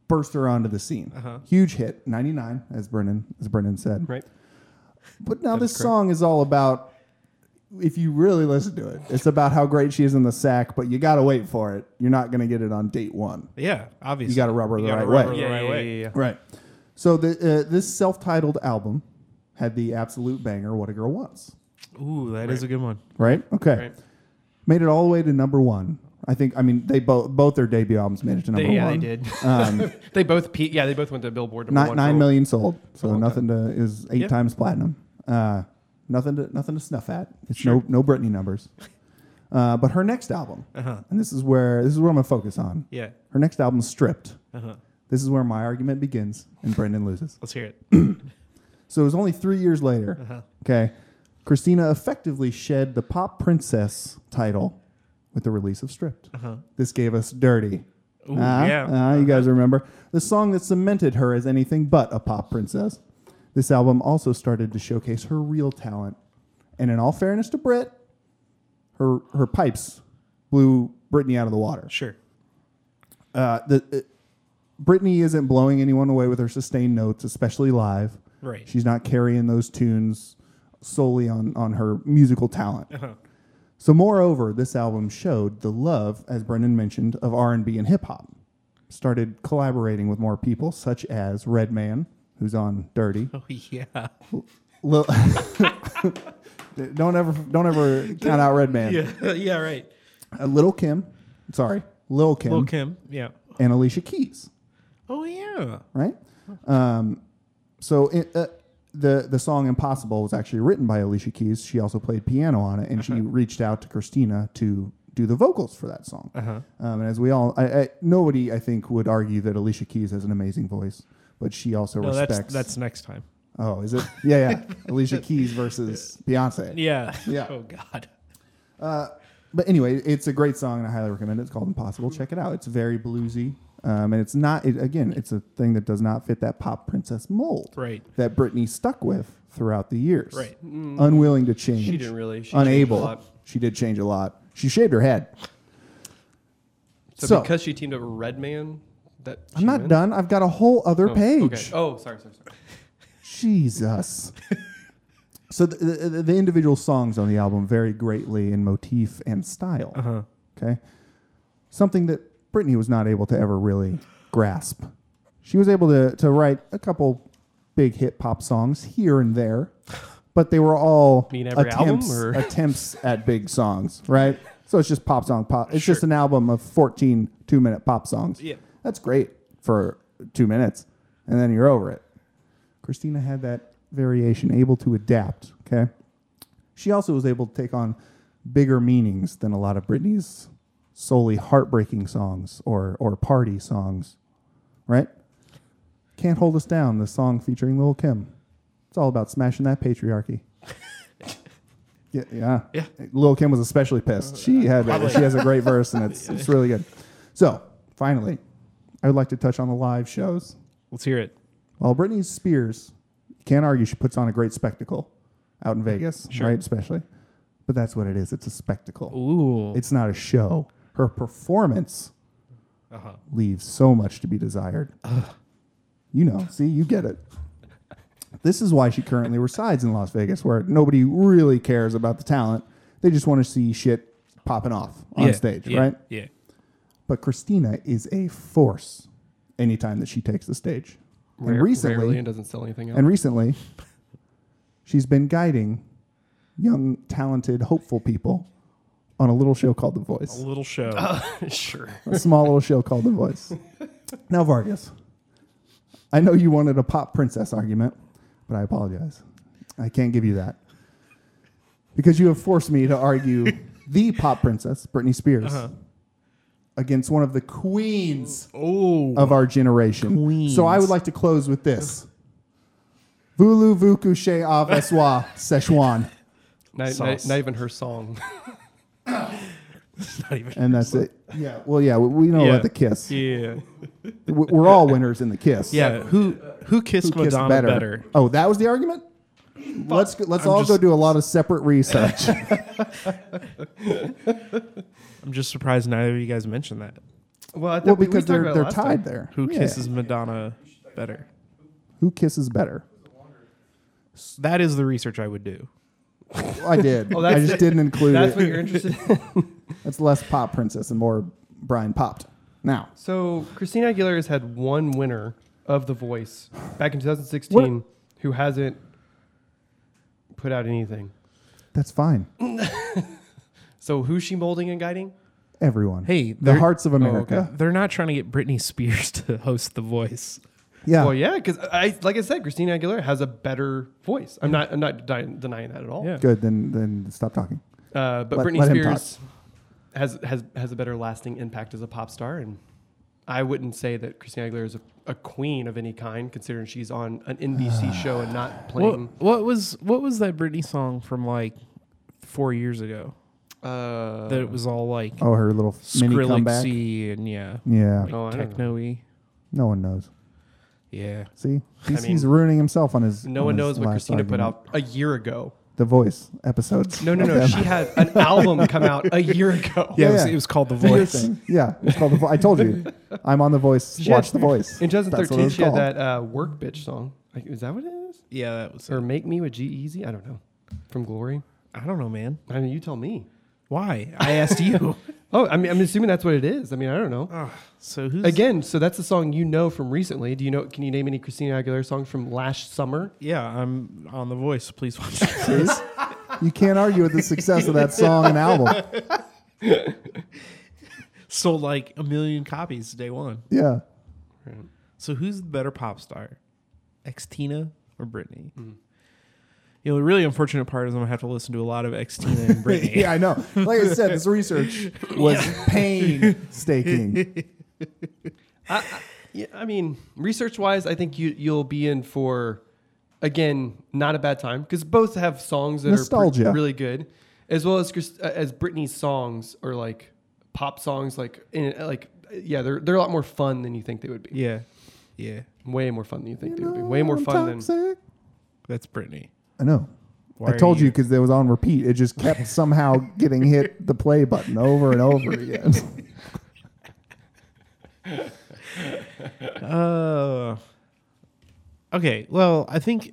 Speaker 4: burst her onto the scene. Huge hit, 99, as Brennan as Brennan said.
Speaker 6: Uh-huh. Right.
Speaker 4: But now this song is all about if you really listen to it, it's about how great she is in the sack, but you gotta wait for it. You're not gonna get it on date one.
Speaker 5: Yeah. Obviously.
Speaker 4: You gotta rub her the
Speaker 5: You gotta
Speaker 4: right
Speaker 5: rub
Speaker 4: way.
Speaker 5: her the right way.
Speaker 4: Right. So the, uh, this self-titled album had the absolute banger "What a Girl Wants."
Speaker 5: Ooh, that is a good one.
Speaker 4: Right. Okay.
Speaker 6: Right.
Speaker 4: Made it all the way to number one. I think. I mean, they both both their debut albums made it to number
Speaker 6: They, yeah,
Speaker 4: one.
Speaker 6: they did. they both. Pe- yeah, they both went to Billboard. number
Speaker 4: Nine,
Speaker 6: one
Speaker 4: nine
Speaker 6: for-
Speaker 4: million sold, so
Speaker 6: long
Speaker 4: nothing to is eight
Speaker 5: Yeah.
Speaker 4: times platinum. Uh, nothing to nothing to snuff at. It's no no Britney numbers. Uh, but her next album,
Speaker 6: Uh-huh.
Speaker 4: and this is where this is where I'm gonna focus on.
Speaker 5: Yeah.
Speaker 4: Her next album, Stripped.
Speaker 6: Uh-huh.
Speaker 4: This is where my argument begins and Brendan loses.
Speaker 5: Let's hear it.
Speaker 4: So it was only three years later.
Speaker 5: Uh-huh.
Speaker 4: Okay, Christina effectively shed the pop princess title with the release of Stripped. This gave us Dirty.
Speaker 5: Uh-huh. Ooh,
Speaker 4: Ah,
Speaker 5: yeah. Uh-huh.
Speaker 4: ah, you guys remember the song that cemented her as anything but a pop princess. This album also started to showcase her real talent, and in all fairness to Brit, her her pipes blew Britney out of the water.
Speaker 5: Sure.
Speaker 4: Uh, the uh, Britney isn't blowing anyone away with her sustained notes, especially live.
Speaker 5: Right.
Speaker 4: She's not carrying those tunes solely on on her musical talent.
Speaker 5: Uh-huh.
Speaker 4: So, moreover, this album showed the love, as Brendan mentioned, of R and B and hip hop. Started collaborating with more people, such as Redman, who's on Dirty.
Speaker 5: Oh yeah.
Speaker 4: Lil- don't ever, don't ever count out Redman.
Speaker 5: Yeah. yeah. Right.
Speaker 4: Uh, Little Kim, sorry, Lil Kim,
Speaker 5: Lil Kim. Yeah.
Speaker 4: and Alicia Keys.
Speaker 5: Oh yeah.
Speaker 4: right? Um, so it, uh, the the song "Impossible" was actually written by Alicia Keys. She also played piano on it, and she
Speaker 5: Uh-huh.
Speaker 4: reached out to Christina to do the vocals for that song.
Speaker 5: Uh-huh.
Speaker 4: Um, and as we all, I, I, nobody I think would argue that Alicia Keys has an amazing voice, but she also
Speaker 5: No,
Speaker 4: respects.
Speaker 5: that's that's next time.
Speaker 4: oh, is it? Yeah, yeah. Alicia Keys versus Beyonce.
Speaker 5: Yeah.
Speaker 4: Yeah.
Speaker 5: oh God.
Speaker 4: But anyway, it's a great song and I highly recommend it. It's called Impossible. Check it out. It's very bluesy. Um, and it's not, it, again, it's a thing that does not fit that pop princess mold
Speaker 5: Right.
Speaker 4: that Britney stuck with throughout the years.
Speaker 5: Right.
Speaker 4: Unwilling to change.
Speaker 6: Mm. She didn't really. She changed a
Speaker 4: unable.
Speaker 6: lot.
Speaker 4: She did change a lot. She shaved her head.
Speaker 6: So,
Speaker 4: So-
Speaker 6: because she teamed up with Redman, that
Speaker 4: I'm not done. I've got a whole other page.
Speaker 6: Okay. Oh, sorry, sorry, sorry.
Speaker 4: Jesus. so the, the, the individual songs on the album vary greatly in motif and style.
Speaker 6: Uh-huh.
Speaker 4: Okay. Something that Britney was not able to ever really grasp. She was able to, to write a couple big hit pop songs here and there, but they were all
Speaker 6: Mean every album,
Speaker 4: attempts,
Speaker 6: or-
Speaker 4: attempts at big songs, right? So it's just pop song pop. It's just an album of 14 two minute pop songs.
Speaker 5: Yeah.
Speaker 4: That's great for two minutes, and then you're over it. Christina had that variation, able to adapt. Okay. She also was able to take on bigger meanings than a lot of Britney's solely heartbreaking songs or, or party songs, right? Can't Hold Us Down, the song featuring Lil Kim. It's all about smashing that patriarchy. yeah, yeah.
Speaker 5: Yeah.
Speaker 4: Lil Kim was especially pissed. She had she has a great verse and it's it's really good. So, finally, I would like to touch on the live shows.
Speaker 5: Let's hear it.
Speaker 4: Well, Britney Spears, you can't argue she puts on a great spectacle out in Vegas, right? Especially. But that's what it is. It's a spectacle.
Speaker 5: Ooh.
Speaker 4: It's not a show. Her performance
Speaker 5: Uh-huh.
Speaker 4: leaves so much to be desired. You know, see, you get it. This is why she currently resides in Las Vegas, where nobody really cares about the talent. They just want to see shit popping off on
Speaker 5: Yeah,
Speaker 4: stage,
Speaker 5: yeah,
Speaker 4: right?
Speaker 5: Yeah.
Speaker 4: But Christina is a force anytime that she takes the stage. and recently,
Speaker 6: Rarely and doesn't sell anything else.
Speaker 4: and recently, she's been guiding young, talented, hopeful people on a little show called The Voice.
Speaker 5: Little show.
Speaker 6: sure.
Speaker 4: A small little show called The Voice. Now, Vargas, I know you wanted a pop princess argument, but I apologize. I can't give you that. Because you have forced me to argue the pop princess, Britney Spears, against one of the queens
Speaker 5: oh.
Speaker 4: of our generation.
Speaker 5: Queens.
Speaker 4: So I would like to close with this. Vulu vuku she av eswa Szechuan.
Speaker 6: Not, not,
Speaker 5: Sauce.
Speaker 6: not even her song.
Speaker 5: Not even.
Speaker 4: And that's it. Yeah. Well, yeah, we, we know
Speaker 5: Yeah.
Speaker 4: about the kiss.
Speaker 5: Yeah.
Speaker 4: We- We're all winners in the kiss.
Speaker 5: Yeah. Who who kissed
Speaker 4: Who kissed
Speaker 5: Madonna better? better?
Speaker 4: Oh, that was the argument? Let's go, let's all go
Speaker 5: just-
Speaker 4: do a lot of separate research.
Speaker 5: I'm just surprised neither of you guys mentioned that.
Speaker 6: Well, I thought
Speaker 4: well,
Speaker 6: we- we
Speaker 4: because
Speaker 6: talked about
Speaker 4: they're
Speaker 6: it
Speaker 4: they're
Speaker 6: last
Speaker 4: tied
Speaker 6: time.
Speaker 4: there.
Speaker 5: Who
Speaker 4: Yeah.
Speaker 5: kisses Madonna better?
Speaker 4: Who kisses better?
Speaker 5: That is the research I would do.
Speaker 4: Well, I did. I
Speaker 6: Oh, that's
Speaker 4: just
Speaker 6: it.
Speaker 4: didn't include
Speaker 6: That's
Speaker 4: it.
Speaker 6: what you're interested in.
Speaker 4: That's less pop princess and more Brian popped. Now,
Speaker 6: So Christina Aguilera has had one winner of The Voice back in 2016 who hasn't put out anything.
Speaker 4: that's fine.
Speaker 6: So who's she molding and guiding?
Speaker 4: Everyone.
Speaker 5: Hey,
Speaker 4: the
Speaker 5: they're-
Speaker 4: hearts of America.
Speaker 5: They're not trying to get Britney Spears to host The Voice.
Speaker 4: Yeah.
Speaker 6: Well, yeah, because I, like I said, Christina Aguilera has a better voice. I'm not, I'm not di- denying that at all.
Speaker 5: Yeah.
Speaker 4: Good. Then then stop talking.
Speaker 6: Uh, but
Speaker 4: Let-
Speaker 6: Britney
Speaker 4: let him
Speaker 6: Spears has, has has a better lasting impact as a pop star, and I wouldn't say that Christina Aguilera is a, a queen of any kind, considering she's on an NBC show and not playing.
Speaker 5: What, what was what was that Britney song from like four years ago
Speaker 6: Uh,
Speaker 5: that it was all like
Speaker 4: Oh, her little mini comeback.
Speaker 5: Skrillex and yeah,
Speaker 4: Yeah.
Speaker 5: like
Speaker 6: Oh, I don't know.
Speaker 5: techno y.
Speaker 4: No one knows.
Speaker 5: Yeah,
Speaker 4: See, he's,
Speaker 6: mean,
Speaker 4: he's ruining himself on his.
Speaker 6: no
Speaker 4: on
Speaker 6: one
Speaker 4: his
Speaker 6: knows what
Speaker 4: last
Speaker 6: Christina put
Speaker 4: argument.
Speaker 6: out a year ago.
Speaker 4: The Voice episodes.
Speaker 6: No, no, no. She had an album come out a year ago.
Speaker 5: yeah, It, was,
Speaker 4: yeah.
Speaker 5: it was called The Voice.
Speaker 4: Voice. yeah, it's called the. Vo- I told you, I'm on the Voice.
Speaker 6: She
Speaker 4: Watch
Speaker 6: had-
Speaker 4: the Voice.
Speaker 6: In
Speaker 4: That's what it
Speaker 6: 2013,
Speaker 4: was
Speaker 6: she had
Speaker 4: called.
Speaker 6: that uh, work bitch song. Like, is that what it is?
Speaker 5: yeah, that was.
Speaker 6: Or make me with G Easy? I don't know. From Glory.
Speaker 5: I don't know, man.
Speaker 6: I mean, you tell me.
Speaker 5: Why? I asked you.
Speaker 6: Oh, I mean, I'm assuming that's what it is. I mean, I don't know.
Speaker 5: Ugh, so who's
Speaker 6: Again, so that's a song you know from recently. Do you know? Can you name any Christina Aguilera songs from last summer?
Speaker 5: Yeah, I'm on The Voice. Please watch.
Speaker 4: You can't argue with the success of that song and album.
Speaker 5: Sold like a million copies day one.
Speaker 4: Yeah,
Speaker 5: So who's the better pop star, Ex Tina or Britney? You know, the really unfortunate part is I'm gonna have to listen to a lot of Xtina and Britney.
Speaker 4: yeah, I know. Like I said, this research was painstaking.
Speaker 6: Yeah, I mean, research wise, I think you you'll be in for again not a bad time because both have songs that are
Speaker 4: Nostalgia.
Speaker 6: pre- really good, as well as Chris- uh, as Britney's songs are like pop songs, like in, like yeah, they're they're a lot more fun than you think they would be.
Speaker 5: Yeah, yeah.
Speaker 6: Way more fun than you think they would be. Way more fun than
Speaker 4: than.
Speaker 5: That's Britney.
Speaker 4: I know.
Speaker 5: Why
Speaker 4: I
Speaker 5: are
Speaker 4: told you
Speaker 5: you-
Speaker 4: because it was on repeat. It just kept somehow getting hit the play button over and over again.
Speaker 5: Uh, okay. Well, I think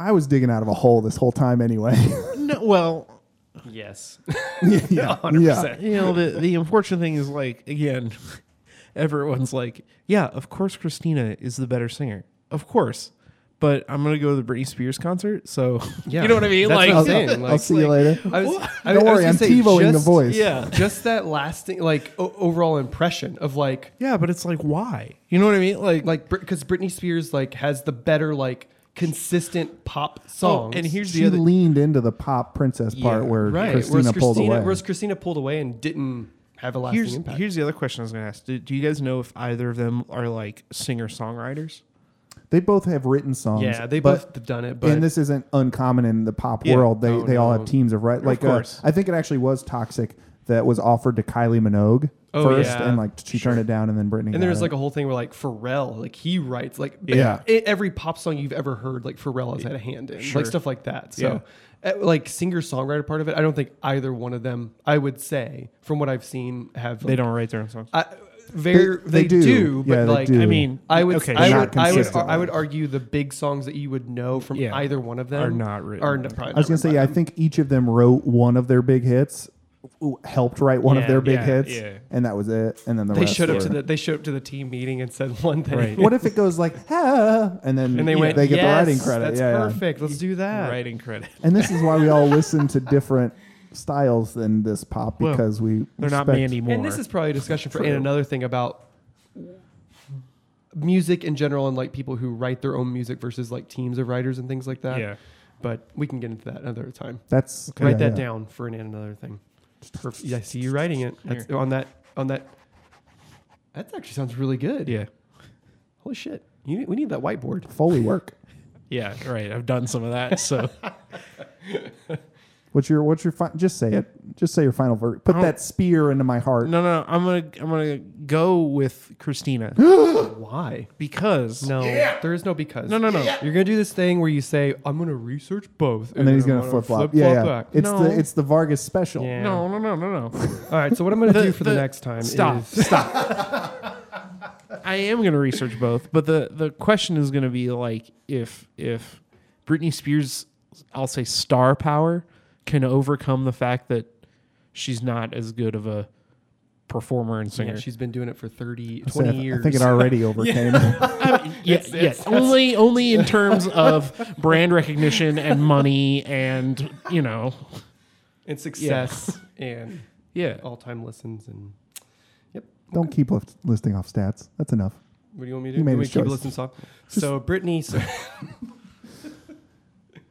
Speaker 4: I was digging out of a hole this whole time anyway.
Speaker 5: no. Well,
Speaker 6: yes.
Speaker 4: yeah. yeah.
Speaker 5: you know, the the unfortunate thing is like again, everyone's like, yeah, of course Christina is the better singer, of course. But I'm gonna go to the Britney Spears concert, so
Speaker 6: Yeah.
Speaker 5: you know what I mean.
Speaker 6: That's
Speaker 5: like,
Speaker 6: what I'm
Speaker 4: I'll,
Speaker 6: saying,
Speaker 4: I'll
Speaker 6: like-
Speaker 4: see you later.
Speaker 6: I was, I,
Speaker 4: Don't
Speaker 6: I was
Speaker 4: worry,
Speaker 6: gonna
Speaker 4: I'm
Speaker 6: say
Speaker 4: TiVoing the
Speaker 6: just-
Speaker 4: voice.
Speaker 5: yeah,
Speaker 6: Just that lasting, like o- overall impression of like
Speaker 5: yeah. But it's like, why? You know what I mean? Like,
Speaker 6: like because Britney Spears like has the better like consistent pop
Speaker 5: oh,
Speaker 6: songs.
Speaker 5: and here's
Speaker 4: She
Speaker 5: the other.
Speaker 4: leaned into the pop princess part
Speaker 5: Yeah,
Speaker 4: where
Speaker 6: right.
Speaker 4: Christina
Speaker 6: whereas
Speaker 4: pulled
Speaker 6: Christina,
Speaker 4: away.
Speaker 6: Whereas Christina pulled away and didn't have a lasting
Speaker 5: Here's
Speaker 6: impact.
Speaker 5: here's the other question I was gonna ask. Do, do you guys know if either of them are like singer songwriters?
Speaker 4: they both have written songs.
Speaker 6: yeah, they
Speaker 4: but-
Speaker 6: both have done it, but
Speaker 4: and this isn't uncommon in the pop
Speaker 5: Yeah.
Speaker 4: world. They
Speaker 6: Oh,
Speaker 4: they all
Speaker 6: no.
Speaker 4: have teams of right. Like uh,
Speaker 5: course.
Speaker 4: I think it actually was Toxic that was offered to Kylie Minogue
Speaker 6: Oh,
Speaker 4: first,
Speaker 6: yeah.
Speaker 4: and like she turned it down, and then Britney.
Speaker 6: and there's like a whole thing where like Pharrell, like he writes like ba-
Speaker 4: Yeah.
Speaker 6: e- every pop song you've ever heard, like Pharrell has had a hand in, like stuff like that. So, eh, like singer songwriter part of it, I don't think either one of them. I would say from what I've seen have
Speaker 5: They don't write their own songs.
Speaker 6: I, very they,
Speaker 4: they
Speaker 6: do,
Speaker 4: do.
Speaker 6: but
Speaker 4: Yeah, they
Speaker 6: like
Speaker 4: do.
Speaker 5: I mean,
Speaker 6: I would,
Speaker 5: Okay,
Speaker 6: I,
Speaker 4: Not
Speaker 6: would I would,
Speaker 4: consistently.
Speaker 6: I would argue the big songs that you would know from
Speaker 5: Yeah.
Speaker 6: either one of them
Speaker 5: Are not written.
Speaker 6: Are n- probably
Speaker 4: I was gonna
Speaker 6: not
Speaker 4: say
Speaker 6: written
Speaker 4: yeah,
Speaker 6: by
Speaker 4: I
Speaker 6: them.
Speaker 4: think each of them wrote one of their big hits, w- helped write one
Speaker 5: Yeah,
Speaker 4: of their big
Speaker 5: yeah,
Speaker 4: hits,
Speaker 5: yeah.
Speaker 4: and that was it. And then the
Speaker 6: they
Speaker 4: rest
Speaker 6: showed up
Speaker 4: were-
Speaker 6: to the they showed up to the team meeting and said one thing.
Speaker 5: Right.
Speaker 4: What if it goes like ah, and then
Speaker 6: And they went.
Speaker 4: they get
Speaker 6: "Yes,
Speaker 4: the writing credit.
Speaker 6: That's
Speaker 4: yeah, yeah.
Speaker 6: perfect. Let's do that.
Speaker 5: writing credit.
Speaker 4: And this is why we all listen to different styles in this pop
Speaker 5: Well,
Speaker 4: because we
Speaker 5: They're not
Speaker 4: respect-
Speaker 5: me anymore.
Speaker 6: And this is probably a discussion for and
Speaker 4: True.
Speaker 6: another thing about music in general and like people who write their own music versus like teams of writers and things like that.
Speaker 5: yeah.
Speaker 6: But we can get into that another time.
Speaker 4: That's
Speaker 6: Write
Speaker 4: yeah,
Speaker 6: that
Speaker 4: yeah.
Speaker 6: down for an and another thing. Perf- I see you writing it That's-
Speaker 5: Here.
Speaker 6: on that on that. That actually sounds really good.
Speaker 5: Yeah.
Speaker 6: Holy shit. You need, we need that whiteboard.
Speaker 4: Foley work.
Speaker 5: Yeah. Right. I've done some of that. So
Speaker 4: What's your what's your fi- just say it. Just say your final verdict. Put
Speaker 5: Oh.
Speaker 4: that spear into my heart.
Speaker 5: no, no. I'm gonna I'm gonna go with Christina
Speaker 6: Why?
Speaker 5: because
Speaker 6: No, there is no because.
Speaker 5: No, no, no.
Speaker 6: You're gonna do this thing where you say, "I'm gonna research both,"
Speaker 4: and then he's
Speaker 6: I'm
Speaker 4: gonna flip flop.
Speaker 6: flip-flop
Speaker 4: Yeah, yeah.
Speaker 6: back.
Speaker 4: It's
Speaker 5: No.
Speaker 4: the it's the Vargas special.
Speaker 6: Yeah.
Speaker 5: No, no, no, no, no.
Speaker 6: All right. So what I'm gonna
Speaker 5: The-
Speaker 6: do for the,
Speaker 5: the-
Speaker 6: next time?
Speaker 5: Stop.
Speaker 6: Is,
Speaker 5: Stop. I am gonna research both, but the the question is gonna be like if if Britney Spears, I'll say star power, can overcome the fact that she's not as good of a performer and singer.
Speaker 6: yeah, she's been doing it for 30,
Speaker 4: I said,
Speaker 6: 20 years.
Speaker 4: I think it already overcame.
Speaker 5: yes, yes. Only, only in terms of brand recognition and money, and you know,
Speaker 6: and success and
Speaker 5: yeah.
Speaker 6: all-time listens and.
Speaker 4: Don't keep lift- listing off stats. That's enough.
Speaker 6: What do you want me to do?
Speaker 4: You made
Speaker 6: Do we
Speaker 4: his
Speaker 6: keep
Speaker 4: choice.
Speaker 6: listening song. So Britney. So,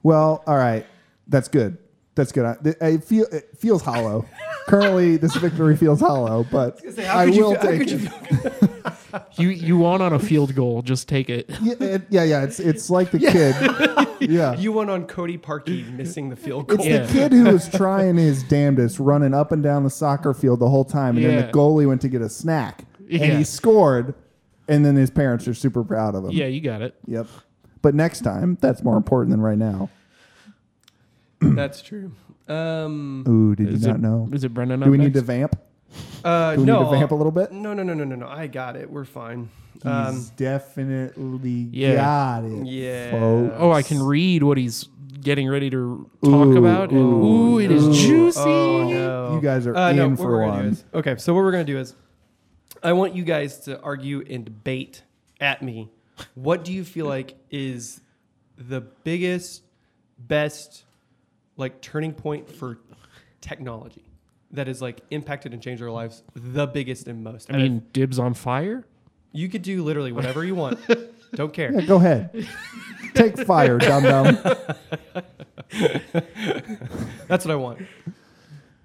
Speaker 4: Well, all right. That's good. That's good. I, th- I feel it feels hollow. Currently, this victory feels hollow, but
Speaker 6: how
Speaker 4: I
Speaker 6: could you
Speaker 4: will
Speaker 6: feel- how
Speaker 4: take
Speaker 6: could
Speaker 4: it.
Speaker 6: you
Speaker 5: You you want on a field goal? Just take it.
Speaker 4: Yeah, it- yeah, yeah. It's it's like the kid. Yeah.
Speaker 6: you won on Cody Parkey missing the field goal.
Speaker 4: It's
Speaker 5: Yeah.
Speaker 4: the kid who was trying his damnedest, running up and down the soccer field the whole time, and then
Speaker 5: Yeah.
Speaker 4: the goalie went to get a snack, and
Speaker 5: Yeah.
Speaker 4: he scored, and then his parents are super proud of him.
Speaker 5: Yeah, you got it.
Speaker 4: Yep. But next time, that's more important than right now.
Speaker 6: That's true. Um,
Speaker 4: Ooh, did you
Speaker 5: Is
Speaker 4: not
Speaker 5: it-
Speaker 4: know?
Speaker 5: Is it Brendan?
Speaker 4: Do we need to vamp?
Speaker 6: uh,
Speaker 4: Do we
Speaker 6: no,
Speaker 4: need to vamp a little bit?
Speaker 6: No, no, no, no, no, no. I got it. We're fine.
Speaker 4: He's
Speaker 6: Um,
Speaker 4: definitely
Speaker 5: Yeah.
Speaker 4: got it.
Speaker 6: Yeah.
Speaker 4: folks.
Speaker 5: Oh, I can read what he's getting ready to talk about. And, ooh, it is juicy.
Speaker 6: oh no, Uh,
Speaker 4: You guys are
Speaker 6: no,
Speaker 4: in
Speaker 6: what
Speaker 4: for
Speaker 6: we're gonna do
Speaker 4: one.
Speaker 6: is- okay, so what we're gonna do is, I want you guys to argue and debate at me. What do you feel like is the biggest, best, like turning point for technology that has like impacted and changed our lives the biggest and most?
Speaker 5: I mean, dibs on fire.
Speaker 6: you could do literally whatever you want. Don't care.
Speaker 4: Yeah, go ahead. Take fire, dum dum.
Speaker 6: That's what I want.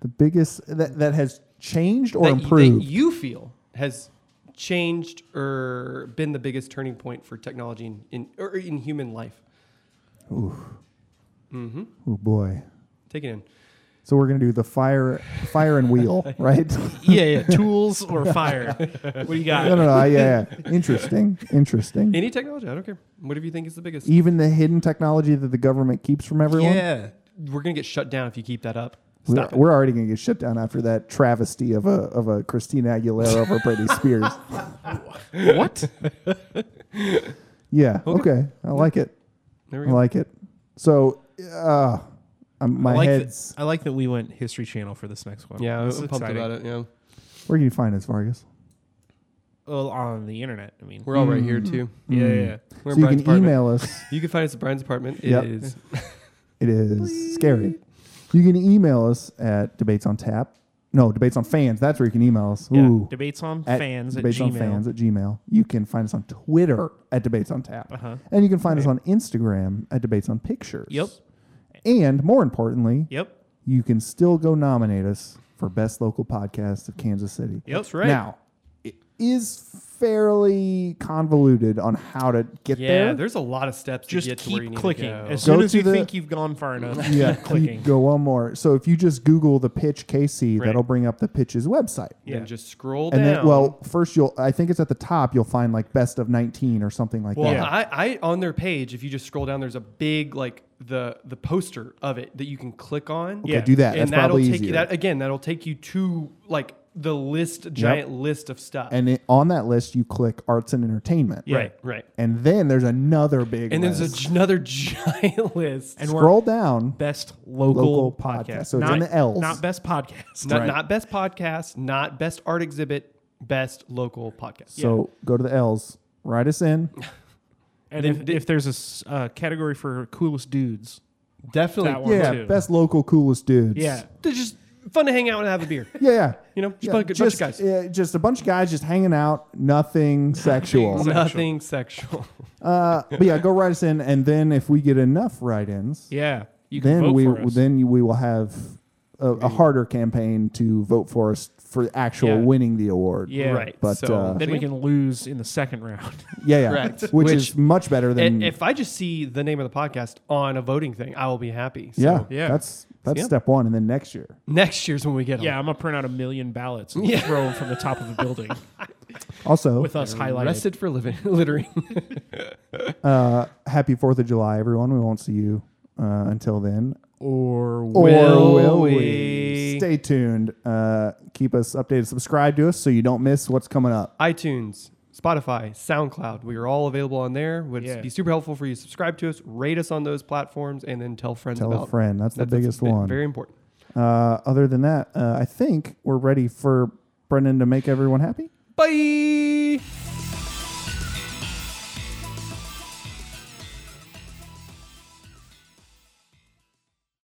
Speaker 4: The biggest that that has changed or
Speaker 6: that, y-
Speaker 4: improved.
Speaker 6: that you feel has changed or been the biggest turning point for technology in, in or in human life.
Speaker 4: oh boy.
Speaker 6: Take it in.
Speaker 4: So we're gonna do the fire, fire and wheel, right?
Speaker 5: yeah, yeah. Tools or fire? What do you got?
Speaker 4: no, no, no. Yeah, yeah. Interesting, interesting.
Speaker 6: Any technology, I don't care. Whatever you think is the biggest.
Speaker 4: Even the hidden technology that the government keeps from everyone.
Speaker 6: Yeah. We're going to get shut down if you keep that up.
Speaker 4: We're,
Speaker 6: Stop it.
Speaker 4: we're already gonna get shut down after that travesty of a of a Christina Aguilera over Britney Spears.
Speaker 5: What?
Speaker 4: Yeah. Okay. I like it.
Speaker 6: There we
Speaker 4: I
Speaker 6: go.
Speaker 4: like it. So, uh, um, my
Speaker 5: I like
Speaker 4: head's.
Speaker 5: That, I like that we went History Channel for this next one.
Speaker 6: yeah, I'm
Speaker 5: This is
Speaker 6: pumped
Speaker 5: exciting.
Speaker 6: about it. Yeah.
Speaker 4: Where can you find us, Vargas?
Speaker 5: Well, on the internet. I mean,
Speaker 6: We're all right here, too.
Speaker 4: Hmm.
Speaker 5: yeah, yeah, yeah.
Speaker 6: We're
Speaker 4: Mm-hmm. so you can
Speaker 6: apartment.
Speaker 4: email us.
Speaker 6: You can find us at Brian's apartment. It
Speaker 4: Yep.
Speaker 6: is-
Speaker 4: It is scary. You can email us at debates on tap. No, debates on fans. That's where you can email us.
Speaker 5: Yeah,
Speaker 4: Ooh.
Speaker 5: Debates on
Speaker 4: At
Speaker 5: fans at
Speaker 4: debates on
Speaker 5: Gmail.
Speaker 4: fans at Gmail. You can find us on Twitter at debates on tap,
Speaker 5: Uh-huh.
Speaker 4: and you can find us on Instagram at debates on pictures.
Speaker 5: Yep.
Speaker 4: And more importantly,
Speaker 5: Yep.
Speaker 4: you can still go nominate us for best local podcast of Kansas City.
Speaker 5: Yep. That's right.
Speaker 4: Now, it is fairly convoluted on how to get
Speaker 6: yeah,
Speaker 4: there.
Speaker 6: there's a lot of steps
Speaker 5: just
Speaker 6: to get to where you
Speaker 5: keep
Speaker 6: need
Speaker 5: clicking.
Speaker 6: to go.
Speaker 5: As
Speaker 4: Go
Speaker 5: soon as
Speaker 4: to
Speaker 5: you
Speaker 4: the-
Speaker 5: think you've gone far enough,
Speaker 4: yeah,
Speaker 5: keep clicking.
Speaker 4: Go one more. So if you just Google the pitch Casey,
Speaker 5: Right.
Speaker 4: that'll bring up the pitch's website.
Speaker 6: Then just scroll
Speaker 4: And
Speaker 6: down.
Speaker 4: then, well, first you'll, I think it's at the top, you'll find like best of 19 or something like
Speaker 6: Well, uh,
Speaker 4: that.
Speaker 6: I, I on their page, if you just scroll down, there's a big like the the poster of it that you can click on.
Speaker 4: Okay, do that.
Speaker 6: and
Speaker 4: That's
Speaker 6: that'll
Speaker 4: probably
Speaker 6: take
Speaker 4: easier.
Speaker 6: you that again. That'll take you to like the list, giant list of stuff.
Speaker 4: and it, on that list, you click arts and entertainment.
Speaker 5: Yeah.
Speaker 6: right, right.
Speaker 4: And then there's another big
Speaker 6: And
Speaker 4: list.
Speaker 6: there's a, another giant list.
Speaker 5: And we're
Speaker 4: Scroll down.
Speaker 5: best local,
Speaker 4: Local podcast.
Speaker 5: podcast.
Speaker 4: So it's
Speaker 5: not,
Speaker 4: in the Ls.
Speaker 5: Not best podcast.
Speaker 6: not, not best podcast, not best art exhibit, best local podcast.
Speaker 4: So go to the L's, write us in.
Speaker 5: And if, if there's a s- uh, category for coolest dudes,
Speaker 6: definitely.
Speaker 5: that one
Speaker 4: Yeah,
Speaker 5: too.
Speaker 4: best local coolest dudes.
Speaker 5: Yeah.
Speaker 6: They're just fun to hang out and have a beer.
Speaker 4: Yeah, yeah.
Speaker 6: You know, just
Speaker 4: Yeah,
Speaker 6: a bunch, bunch of guys.
Speaker 4: yeah, just a bunch of guys just hanging out, nothing sexual.
Speaker 6: Nothing sexual.
Speaker 4: Uh, but yeah, go write us in, and then if we get enough write-ins,
Speaker 5: Yeah. You can
Speaker 4: then
Speaker 5: vote
Speaker 4: we
Speaker 5: for us.
Speaker 4: then you- we will have a, a harder campaign to vote for us for actual
Speaker 5: Yeah.
Speaker 4: winning the award.
Speaker 5: yeah.
Speaker 6: Right.
Speaker 4: But,
Speaker 6: so
Speaker 4: uh,
Speaker 5: Then we can lose in the second round.
Speaker 4: yeah, yeah,
Speaker 6: Correct.
Speaker 4: Which,
Speaker 6: Which-
Speaker 4: is much better than
Speaker 6: And if I just see the name of the podcast on a voting thing, I will be happy. So
Speaker 4: yeah,
Speaker 5: Yeah.
Speaker 4: That's that's
Speaker 6: Yeah.
Speaker 4: step one, and then next year.
Speaker 6: Next year's when we get
Speaker 5: yeah,
Speaker 6: on.
Speaker 5: I'm gonna print out a million ballots and
Speaker 6: Yeah.
Speaker 5: throw them from the top of a building
Speaker 4: Also,
Speaker 5: with uh, us highlighted.
Speaker 6: Arrested for living, littering.
Speaker 4: uh, happy Fourth of July, everyone. We won't see you uh, until then,
Speaker 5: Or
Speaker 6: Will
Speaker 4: or will we?
Speaker 6: we?
Speaker 4: Stay tuned. Uh, keep us updated. Subscribe to us so you don't miss what's coming up.
Speaker 6: iTunes, Spotify, SoundCloud. We are all available on there. Would
Speaker 5: Yeah.
Speaker 6: be super helpful for you to subscribe to us, rate us on those platforms, and then tell friends
Speaker 4: Tell
Speaker 6: about
Speaker 4: a friend. That's, the biggest
Speaker 6: ve-
Speaker 4: one.
Speaker 6: Very important.
Speaker 4: Uh, other than that, uh, I think we're ready for Brendan to make everyone happy.
Speaker 6: Bye.